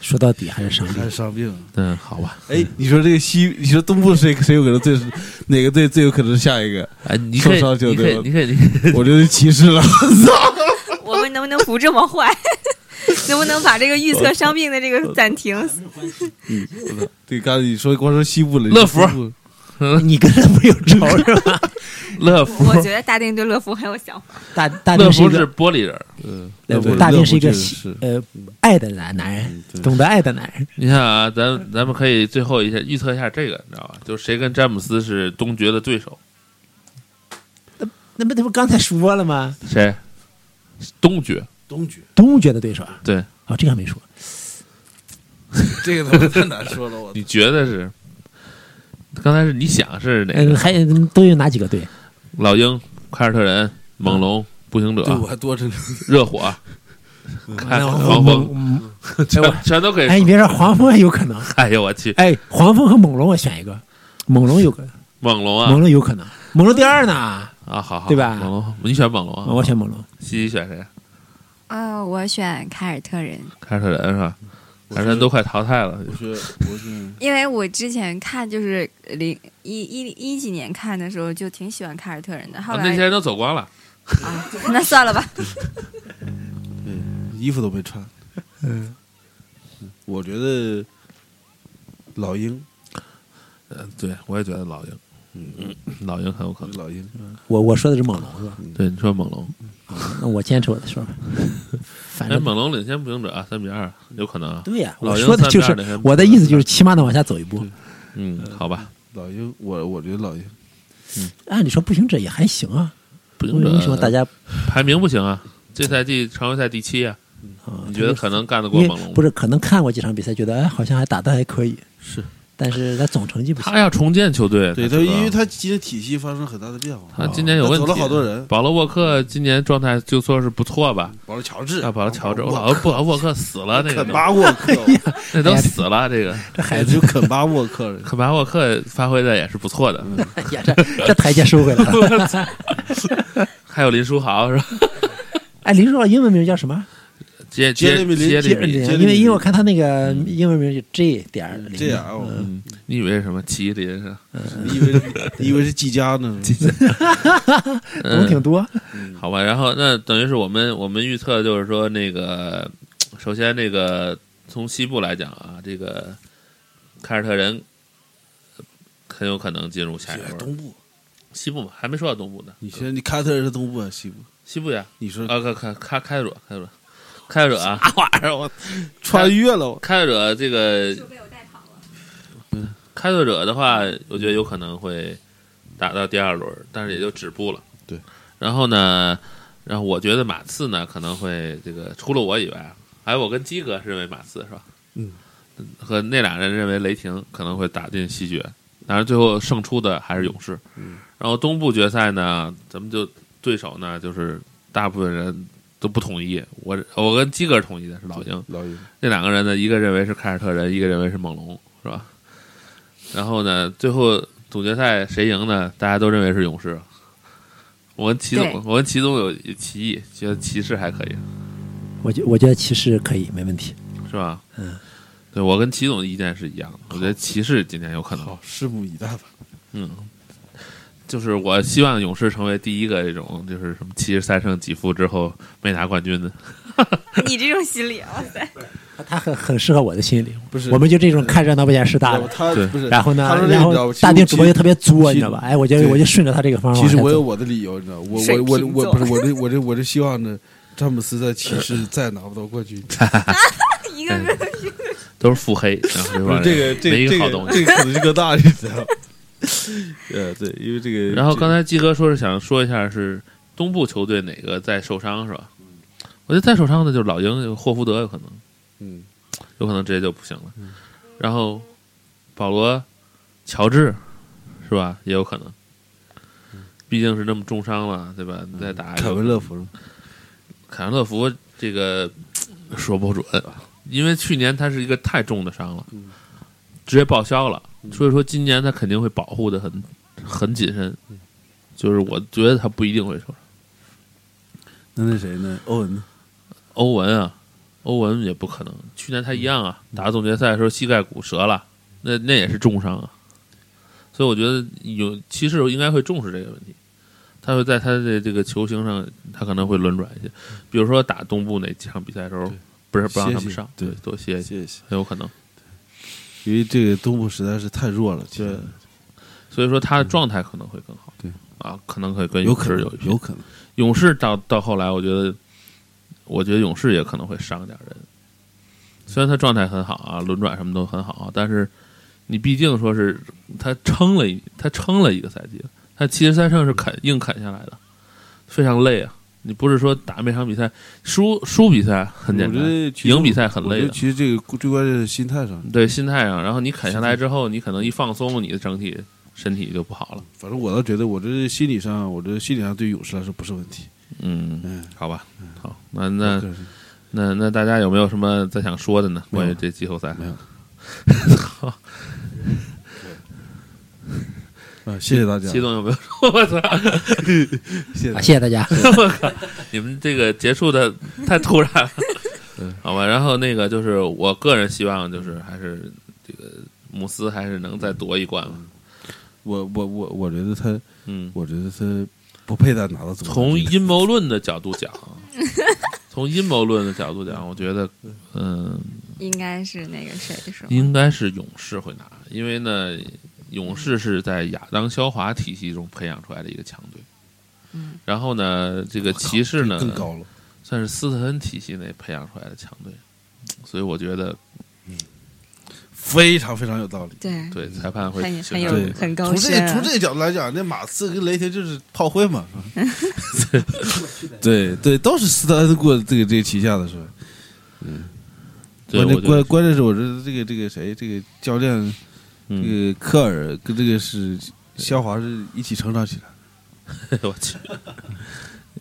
S3: 说到底还是伤
S4: 还
S3: 病
S4: 是。伤病啊。
S2: 嗯，好吧，
S4: 哎，你说这个西，你说东部谁谁有可能最哪个队最有可能是下一个？
S2: 哎，你可以，
S4: 受伤球
S2: 你可
S4: 队
S2: 以，
S4: 了
S2: 你可 <laughs> 以，你可以
S4: 我觉得骑士了。 <laughs>
S5: 我们能不能不这么坏？ <laughs> 能不能把这个预测伤病的这
S4: 嗯
S5: 个
S4: <laughs>
S5: 暂停？
S4: 对，刚才你说光说西部了，
S2: 乐福
S4: 你说东部
S3: 你跟他没有仇是吧？
S2: 乐福，
S5: 我觉得大定对乐福很有想法。
S3: 大大
S2: 乐
S3: 定是一
S2: 福
S3: 个
S2: 是玻璃人儿。
S4: 嗯，
S3: 呃
S4: 乐福
S3: 大定是一个
S4: 乐福
S3: 喜
S4: 是
S3: 呃爱的男男人，懂得爱的男人。
S2: 你看啊，咱咱们可以最后一下预测一下这个，你知道吧？就是谁跟詹姆斯是东决的对手？
S3: 那不那不刚才说了吗？
S2: 谁？东决。
S4: 东决，
S3: 东决的对手啊，
S2: 对，
S3: 哦，这个还没说。
S4: 这个他妈太难说了，我
S2: 你觉得是？刚才是你想是哪
S3: 嗯，
S2: 个？
S3: 还都有哪几个队？
S2: 老鹰、凯尔特人、猛龙、步行者
S4: 对、我还多 <laughs> 着呢。
S2: 热火、看
S3: <laughs> 那我
S2: 哎黄蜂，
S3: 嗯
S2: 全
S3: 哎我
S2: 全都可以
S3: 哎，
S2: 说。
S3: 你别说黄蜂有可能，
S2: 哎呦我去，
S3: 哎，黄蜂和猛龙我选一个，猛龙有可
S2: 猛龙
S3: 猛
S2: 啊
S3: 龙有可能，猛龙第二呢，
S2: 啊，好好，
S3: 对吧
S2: 猛龙，你选猛龙啊？
S3: 我选猛龙。
S2: 西西选谁？
S5: 啊，我选凯尔特人，
S2: 凯尔特人是吧？凯尔特人都快淘汰了。啊
S4: 我是我是
S5: 因为我之前看就是零一一一几年看的时候就挺喜欢凯尔特人的，后
S2: 啊
S5: 来
S2: 那些人都走光了，
S5: 啊，那
S4: <laughs>
S5: 算了吧。
S4: 衣服都没穿。
S3: 嗯，
S4: 我觉得老鹰，
S2: 嗯，对我也觉得老鹰，嗯，老鹰很有可
S4: 我
S2: 能
S4: 觉。得老鹰，
S3: 我我说的是猛龙是吧？
S2: 对，你说猛龙，
S3: 那我坚持我的说法，反
S2: 哎，
S3: 正
S2: 猛龙领先步行者三比二，有可能啊。
S3: 对呀，
S2: 老
S3: 我
S2: 鹰
S3: 说的就
S2: 三比二领先步
S3: 是
S2: 行者
S3: 我的意思就是，起码能往下走一步。
S2: 嗯，好吧，
S4: 老鹰，我我觉得老鹰。
S3: 按理啊说步行者也还行啊，
S2: 步行
S3: 为
S2: 者
S3: 为什么大家
S2: 排名不行啊？这赛季常规赛第七啊，
S3: 啊？
S2: 你觉得可能干得
S3: 因
S2: 过
S3: 为
S2: 猛龙？
S3: 不
S2: 是，
S3: 是可能看过几场比赛，觉得哎好像还打的还可以，
S2: 是，
S3: 但是他总成绩不行
S2: 他。要重建球队，啊
S4: 对
S2: 他
S4: 他，
S2: 知道
S4: 因为他今天体系发生很大的变化，
S2: 他啊今年有问题，
S4: 啊哦他走了好多人
S2: 保罗沃克今年状态就说是不错吧？
S4: 保罗乔治
S2: 啊，保罗乔治，
S4: 我
S2: 我老保罗沃克死了，那个
S4: 肯巴沃
S2: <laughs>
S4: 克，
S2: 那都死了，这
S4: <laughs>
S2: 个
S3: 这
S4: 哎，
S3: 孩子
S4: 就肯巴沃
S2: <laughs>
S4: 克人。
S2: 肯巴沃克发挥的也是不错的，
S3: 呀，这这台阶收回来了。
S2: 还有林书豪是吧？
S3: 哎，林书豪英文名叫什么？
S2: 杰
S4: 杰
S2: 杰
S4: 里米林
S2: 杰里
S3: 杰
S2: 嗯
S3: 瑞
S2: 米，
S3: 林，
S4: 杰瑞
S3: 因为
S4: 林
S3: 因为我看他那个英文名就 J 点儿林
S4: 这样啊，我
S2: 嗯，你以为是什么麒麟是吧？
S4: 你以为是你以为是嗯季佳呢？
S3: 懂挺多。
S2: 嗯好吧，然后那等于是我们我们预测就是说那个，首先那个从西部来讲啊，这个凯尔特人呃很有可能进入下一轮。
S4: 东部，
S2: 西哎部嘛，还没说到东部呢，
S4: 你现在你凯尔特人是东部还啊是西部？
S2: 西部呀，
S4: 你说
S2: 啊，开开开开尔开尔开尔啊，
S4: 玩意儿？我穿越了，我
S2: 开拓者这个开
S4: 嗯
S2: 拓者的话，我觉得有可能会打到第二轮，但是也就止步了。
S4: 对。
S2: 然后呢，然后我觉得马刺呢可能会这个除了我以外，还有我跟鸡哥认为马刺是吧？
S3: 嗯，
S2: 和那俩人认为雷霆可能会打进西决，当然最后胜出的还是勇士。
S4: 嗯，
S2: 然后东部决赛呢，咱们就对手呢就是大部分人都不统一，我我跟鸡哥统一的是老鹰，
S4: 老鹰
S2: 那两个人呢，一个认为是凯尔特人，一个认为是猛龙，是吧？然后呢，最后总决赛谁赢呢？大家都认为是勇士。我跟齐
S5: 对
S2: 总，我跟齐总有有歧义，觉得骑士还可以，
S3: 我觉我觉得骑士可以，没问题。
S2: 是吧？
S3: 嗯，
S2: 对我跟齐总的意见是一样的，我觉得骑士今年有可能。
S4: 好，拭目以待吧。
S2: 嗯，就是我希望勇士成为第一个这种，就是什么七十三胜几负之后没拿冠军的。
S5: 你这种心理，啊哇塞，
S3: 他他很很适合我的心理，
S4: 不是
S3: 我们就这种看热闹不嫌事大
S4: 要不
S3: 的。
S4: 他
S2: 对
S4: 不是，
S3: 然后呢
S4: 他说，这个
S3: 然
S4: 你知道
S3: 后
S4: 吧
S3: 大定主播又
S4: 其实
S3: 特别作，你
S4: 其
S3: 知道吧？哎，我觉得
S4: 对
S3: 我就顺着他这个方法往
S4: 其
S3: 下
S4: 实
S3: 走。
S4: 我有我的理由，你知道，我
S5: 水
S4: 我我
S5: 瓶
S4: 我
S5: 座
S4: 不是我这我这我这希望呢，詹姆斯在骑士再拿不到冠
S2: <laughs>
S4: 军，
S5: <laughs> 一
S4: 哎
S5: 个个
S2: 都是腹黑，然后这
S4: 不是
S2: 帮
S4: 这个
S2: 人
S4: 这
S2: 没一
S4: 个
S2: 个
S4: 这
S2: 好东西
S4: 个。这个可能性更大，你知道吗？ <laughs> 呃，对，因为这个。
S2: 然后刚
S4: 才
S2: 才鸡哥说是想说一下是东部球队哪个在受伤是吧？我觉得再受伤的就是老鹰，有霍福德有可能，
S4: 嗯，
S2: 有可能直接就不行了。然后保罗、乔治是吧，也有可能，毕竟是那么重伤了，对吧？你再打一个
S4: 嗯凯文乐福了，
S2: 凯文乐福这个说不准，因为去年他是一个太重的伤了，
S4: 嗯
S2: 直接报销了，所以说今年他肯定会保护的很很谨慎，
S4: 嗯
S2: 就是我觉得他不一定会受伤。
S4: 那那谁呢？欧文呢？
S2: 欧文啊，欧文也不可能，去年他一样
S4: 嗯
S2: 啊，打总决赛的时候膝盖骨折了，那那也是重伤啊，所以我觉得有骑士应该会重视这个问题。他会在他的这个球星上，他可能会轮转一些，比如说打东部哪几场比赛的时候
S4: 对，
S2: 不是不让
S4: 歇
S2: 他们
S4: 歇
S2: 上，
S4: 对
S2: 多歇一歇，
S4: 谢谢。
S2: 很有可能。
S4: 因为这个东部实在是太弱了，这
S2: 所以说他的状态可能会更好。
S4: 对
S2: 啊，可能会跟
S4: 有
S2: 勇
S4: 可
S2: 士
S4: 能
S2: 有一拼
S4: 有可能。
S2: 勇士到到后来，我觉得，我觉得勇士也可能会伤点人。虽然他状态很好啊，轮转什么都很好，啊但是你毕竟说是他撑了一他撑了一个赛季，他七十三胜是砍硬砍下来的，非常累啊。你不是说打每场比赛输输比赛很简
S4: 我觉
S2: 单，
S4: 得其实
S2: 赢比赛很累的啊
S4: 我觉得其实这个最关键是心态上。
S2: 对心态上，然后你砍下来之后，你可能一放松，你的整体身体就不好了。
S4: 反正我倒觉得，我这心理上，我这心理上对勇士来说不是问题。
S2: 嗯，
S4: 嗯，
S2: 好吧，好，那那
S4: 个人
S2: 那那大家有没有什么再想说的呢？
S4: 没有
S2: 关于这季后赛
S4: 没，有。啊，谢谢大哎家
S2: 齐，总有没有说？我操，
S4: 谢谢大
S3: 啊，
S4: 家。
S3: 谢谢大家。
S2: 你们这个结束的太突然了
S4: <laughs> 嗯，
S2: 好吧。然后那个就是我个人希望就是还是这个姆斯还是能再夺一冠吧。
S4: 我我我我觉得他，
S2: 嗯，
S4: 我觉得他不配再拿到总冠
S2: 从
S4: 军
S2: 阴谋论的角度讲， <laughs> 从阴谋论的角度讲，我觉得，嗯，
S5: 应该是那个谁是吧？
S2: 应该是勇士会拿，因为呢，勇士是在亚当肖华体系中培养出来的一个强队。
S5: 嗯，
S2: 然后呢，这个骑士呢，
S4: 更高了。
S2: 算是斯特恩体系内培养出来的强队，所以我觉得
S4: 非常非常有道理。
S5: 对，
S2: 对裁判会
S5: 很很
S2: 形
S5: 有
S2: 成
S4: 对
S5: 很高
S4: 从这
S5: 深啊，
S4: 从这个角度来讲，那马刺跟雷霆就是炮灰嘛，是吧？ <laughs> 对对，都是斯特恩过这个这个旗下的是吧？
S2: 对
S4: 关键
S2: 我觉得
S4: 关关键是我觉得这个这个谁这个教练这
S2: 嗯，
S4: 个科尔跟这个是肖华是一起成长起来的。
S2: <laughs> 我去，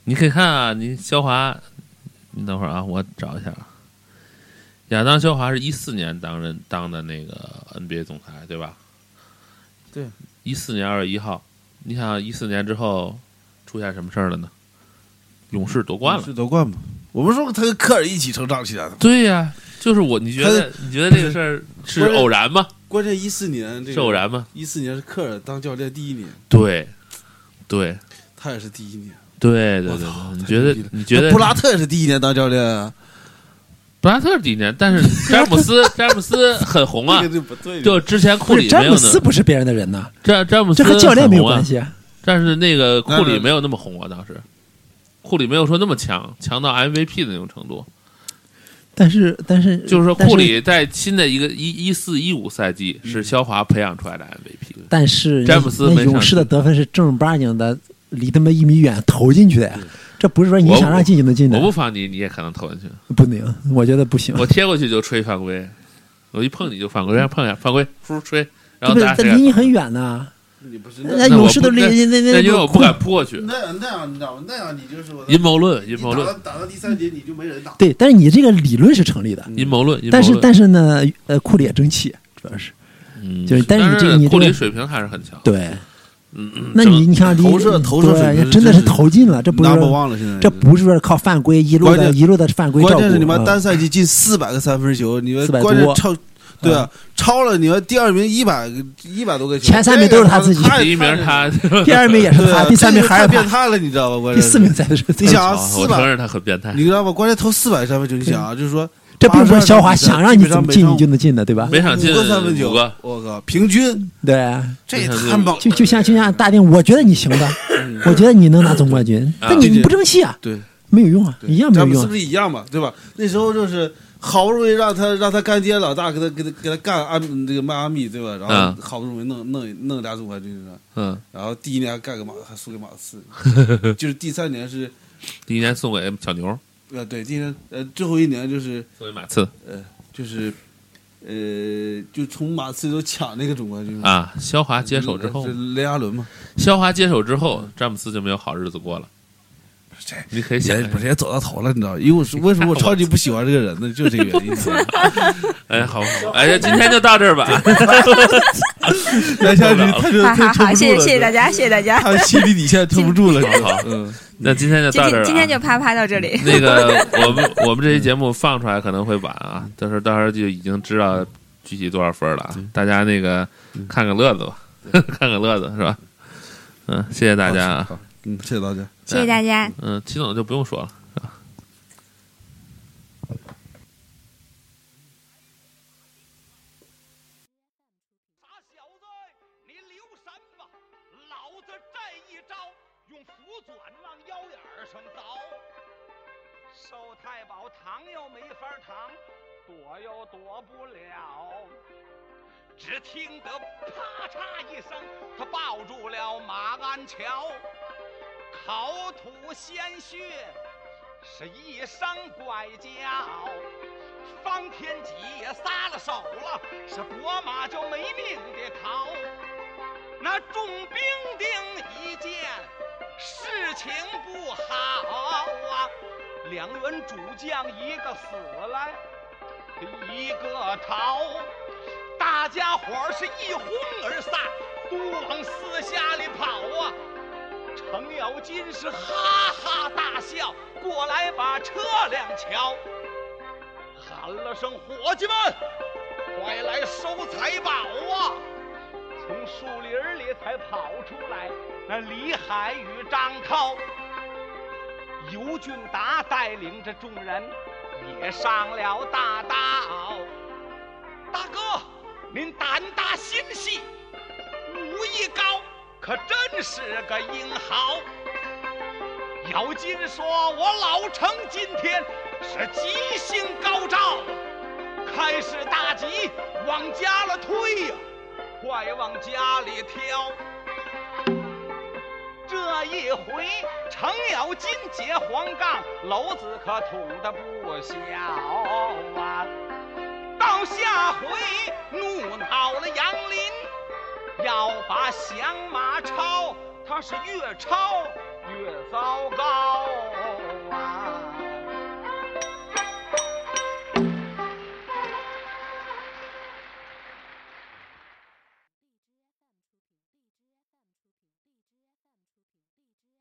S2: 你可以看啊，你肖华，你等会儿啊，我找一下啊。亚当·肖华是一四年当任当的那个 NBA 总裁，对吧？
S4: 对，
S2: 一四年二月一号，你想一四年之后出现什么事儿了呢？勇士夺冠了，
S4: 是夺冠嘛？我们说过他跟科尔一起成长起来的嘛。
S2: 对呀、就是我，你觉得你觉得这个事儿是偶然吗？
S4: 关键一四年这
S2: 是偶然吗？
S4: 一四年是科尔当教练第一年，
S2: 对，对，
S4: 他也是第一年。
S2: 对对
S4: 我
S2: 对
S4: 操
S2: 对，你
S4: 太
S2: 觉
S4: 牛逼
S2: 得
S4: 了
S2: 你觉得
S4: 布拉特也是第一年当教
S2: <laughs>
S4: 练啊？
S2: 布拉特第一年，但是詹姆
S3: <laughs>
S2: 斯詹姆斯很红啊
S4: 这，个就不对了。
S2: 就之前库
S3: 不是
S2: 里没
S3: 詹
S2: 有
S3: 姆
S2: 呢，
S3: 斯不是别人的人呐，
S2: 詹詹姆斯
S3: 这和教练没有
S2: 很红啊
S3: 关，系啊。
S2: 但是那个库
S4: 那
S2: 里
S4: 是
S2: 没有那么红啊，当时库里没有说那么强，强到 MVP 的那种程度，
S3: 但是但是嗯
S2: 就是说
S3: 呃但
S2: 库里在新的一个一一四一五赛季是肖华培养出来的 MVP，
S3: 但是
S2: 詹姆斯
S3: 那
S2: 没上
S3: 勇士的得分是正儿八经的离他妈一米远投进去的，这不是说你
S2: 嗯我
S3: 想让进就能进
S2: 我
S3: 的，
S2: 不罚你，你也可能投进去。
S3: 不能，我觉得不行。
S2: 我贴过去就吹犯规，我一碰你就犯规，人家碰一下犯规，呼吹，然后
S3: 对
S2: 大
S3: 不
S2: 家谁
S3: 对？离
S2: 敢
S3: 你很远呐，
S4: 你不是
S3: 那
S2: 那我
S3: 勇士
S2: 不
S3: 都离
S2: 那
S3: 那那
S2: 那因为我不
S3: 空
S2: 敢扑过
S3: <laughs>
S2: 去，
S4: 那那样你知道吗？那样你就是我的
S2: 阴谋论，阴
S4: 你
S2: 谋论，
S4: 到打到第三节你就没人打。
S3: 对，但是你这个理论是成立的，
S2: 阴谋论，阴谋
S3: 但是
S2: 论
S3: 但是呢，呃，库里也争气，主要是
S2: 嗯
S3: 就是但是你这个你这
S2: 库
S3: 个
S2: 里水平还是很强。
S3: 对。
S2: 嗯，嗯
S3: 那
S2: 整
S3: 你你看离
S4: 投射
S3: 对
S4: 投射水平是
S3: 真的是
S4: 真是
S3: 投进了，这不是
S4: number
S3: 说
S4: one 了，现在
S3: 这不是说靠犯规一路
S4: 关
S3: 的
S4: 键
S3: 一路的犯规照
S4: 关
S3: 顾。
S4: 键是你妈
S3: 嗯
S4: 单赛季进四百个三分球，你们
S3: 400
S4: 关键
S3: 多嗯
S4: 超，对啊，超了你们第二名一百一百多个球，
S3: 前三名都是他自己
S4: 这个太
S2: 第一名他， <laughs>
S3: 第二名也是
S4: 对
S3: 他，
S4: 啊
S3: 第三名
S4: 这就
S3: 还是
S4: 太变
S3: 他，
S4: 态了，你知道吧？关
S3: 第
S4: 键
S3: 四名才是
S4: 你
S3: 他。
S4: 想啊，
S2: 我
S4: 四
S2: 承
S4: 百，
S2: 认他很变态
S4: 你。知道吗？关键投四百三分球，你想啊，就是说
S3: 嗯这并不是肖华
S4: 八十二
S3: 想让你怎么进
S4: 基本上
S3: 你就能进的，对吧？
S2: 每场进
S4: 五个三分球，
S2: 五个
S4: 我靠，平均
S3: 对啊，
S4: 这也太猛了，
S3: 就就像就像大定，我觉得你行的，我觉得你能拿总冠军，但你
S4: 对对
S3: 你不争气啊，
S4: 对。
S3: 没有用啊，
S4: 对
S3: 一样没有
S4: 咱们
S3: 用
S4: 是
S3: 啊
S4: 不。是一样嘛？对吧？那时候就是好不容易让他让他干爹老大给他给他给他干安这个迈阿密对吧？然
S2: 嗯
S4: 后好不容易弄弄弄俩总冠军是吧？
S2: 嗯，
S4: 然后第一年干个马还输给马
S2: <laughs>
S4: 刺，就是第三年是
S2: 第一年送给小牛，
S4: 呃对，第一年呃最后一年就是
S2: 送给马刺
S4: 就是呃就从马刺都抢那个总冠军嘛。
S2: 啊。肖华接手之后哎
S4: 是，雷阿伦嘛？
S2: 肖华接手之后，詹姆斯就没有好日子过了。
S4: 这
S2: 你可以想
S4: 也
S2: 象
S4: 不，是也走到头了，你知道？因为我是为什么我超级不喜欢这个人呢？就是这个原因。
S2: <laughs> 哎，好，哎呀，今天就到这
S4: <laughs>
S2: 儿吧。
S4: 来下去他
S5: <laughs>
S4: 就
S5: 哈哈
S4: 他撑不住
S5: 哈！
S4: 了，
S5: 谢谢谢谢大
S4: 家，
S5: 家，谢谢大家，
S4: 他心理底线撑不住了，你知道
S2: 好好
S4: 嗯。
S2: 那今天就
S5: 今
S2: 到这儿
S5: 天
S2: 了
S5: 今天
S2: 啊。
S5: 就啪啪到这里。 <laughs>
S2: 那个，我们我们这期节目放出来可能会晚啊，
S5: 嗯
S2: 但是到时候就已经知道具体多少分了啊。大家那个
S5: 嗯
S2: 看个乐子吧， <laughs> 看个乐子是吧？嗯，谢谢大家啊。
S4: 好，嗯，谢谢大家。
S5: 谢谢大家。
S2: 嗯，齐总就不用说了。
S6: 傻小子，你留神吧，老子这一招用福转往腰眼儿上凿。寿太保扛又没法扛，躲又躲不了。只听得啪嚓一声，他抱住了马鞍桥，口吐鲜血，是一声怪叫。方天戟也撒了手了，是拨马就没命的逃。那众兵丁一见，事情不好啊！两员主将一个死了，一个逃，大家伙儿是一哄而散，都往四下里跑啊！程咬金是哈哈大笑，过来把车辆瞧。喊了声：“伙计们，快来收财宝啊！”从树林儿里才跑出来那李海与张涛。尤俊达带领着众人也上了大道。大哥，您胆大心细，武艺高，可真是个英豪。姚金说：“我老程今天是吉星高照，开市大吉，往家了推呀、快往家里挑。”这一回，程咬金结黄杠，篓子可捅得不小啊！到下回怒恼了杨林。要把响马超，他是越超越糟糕。啊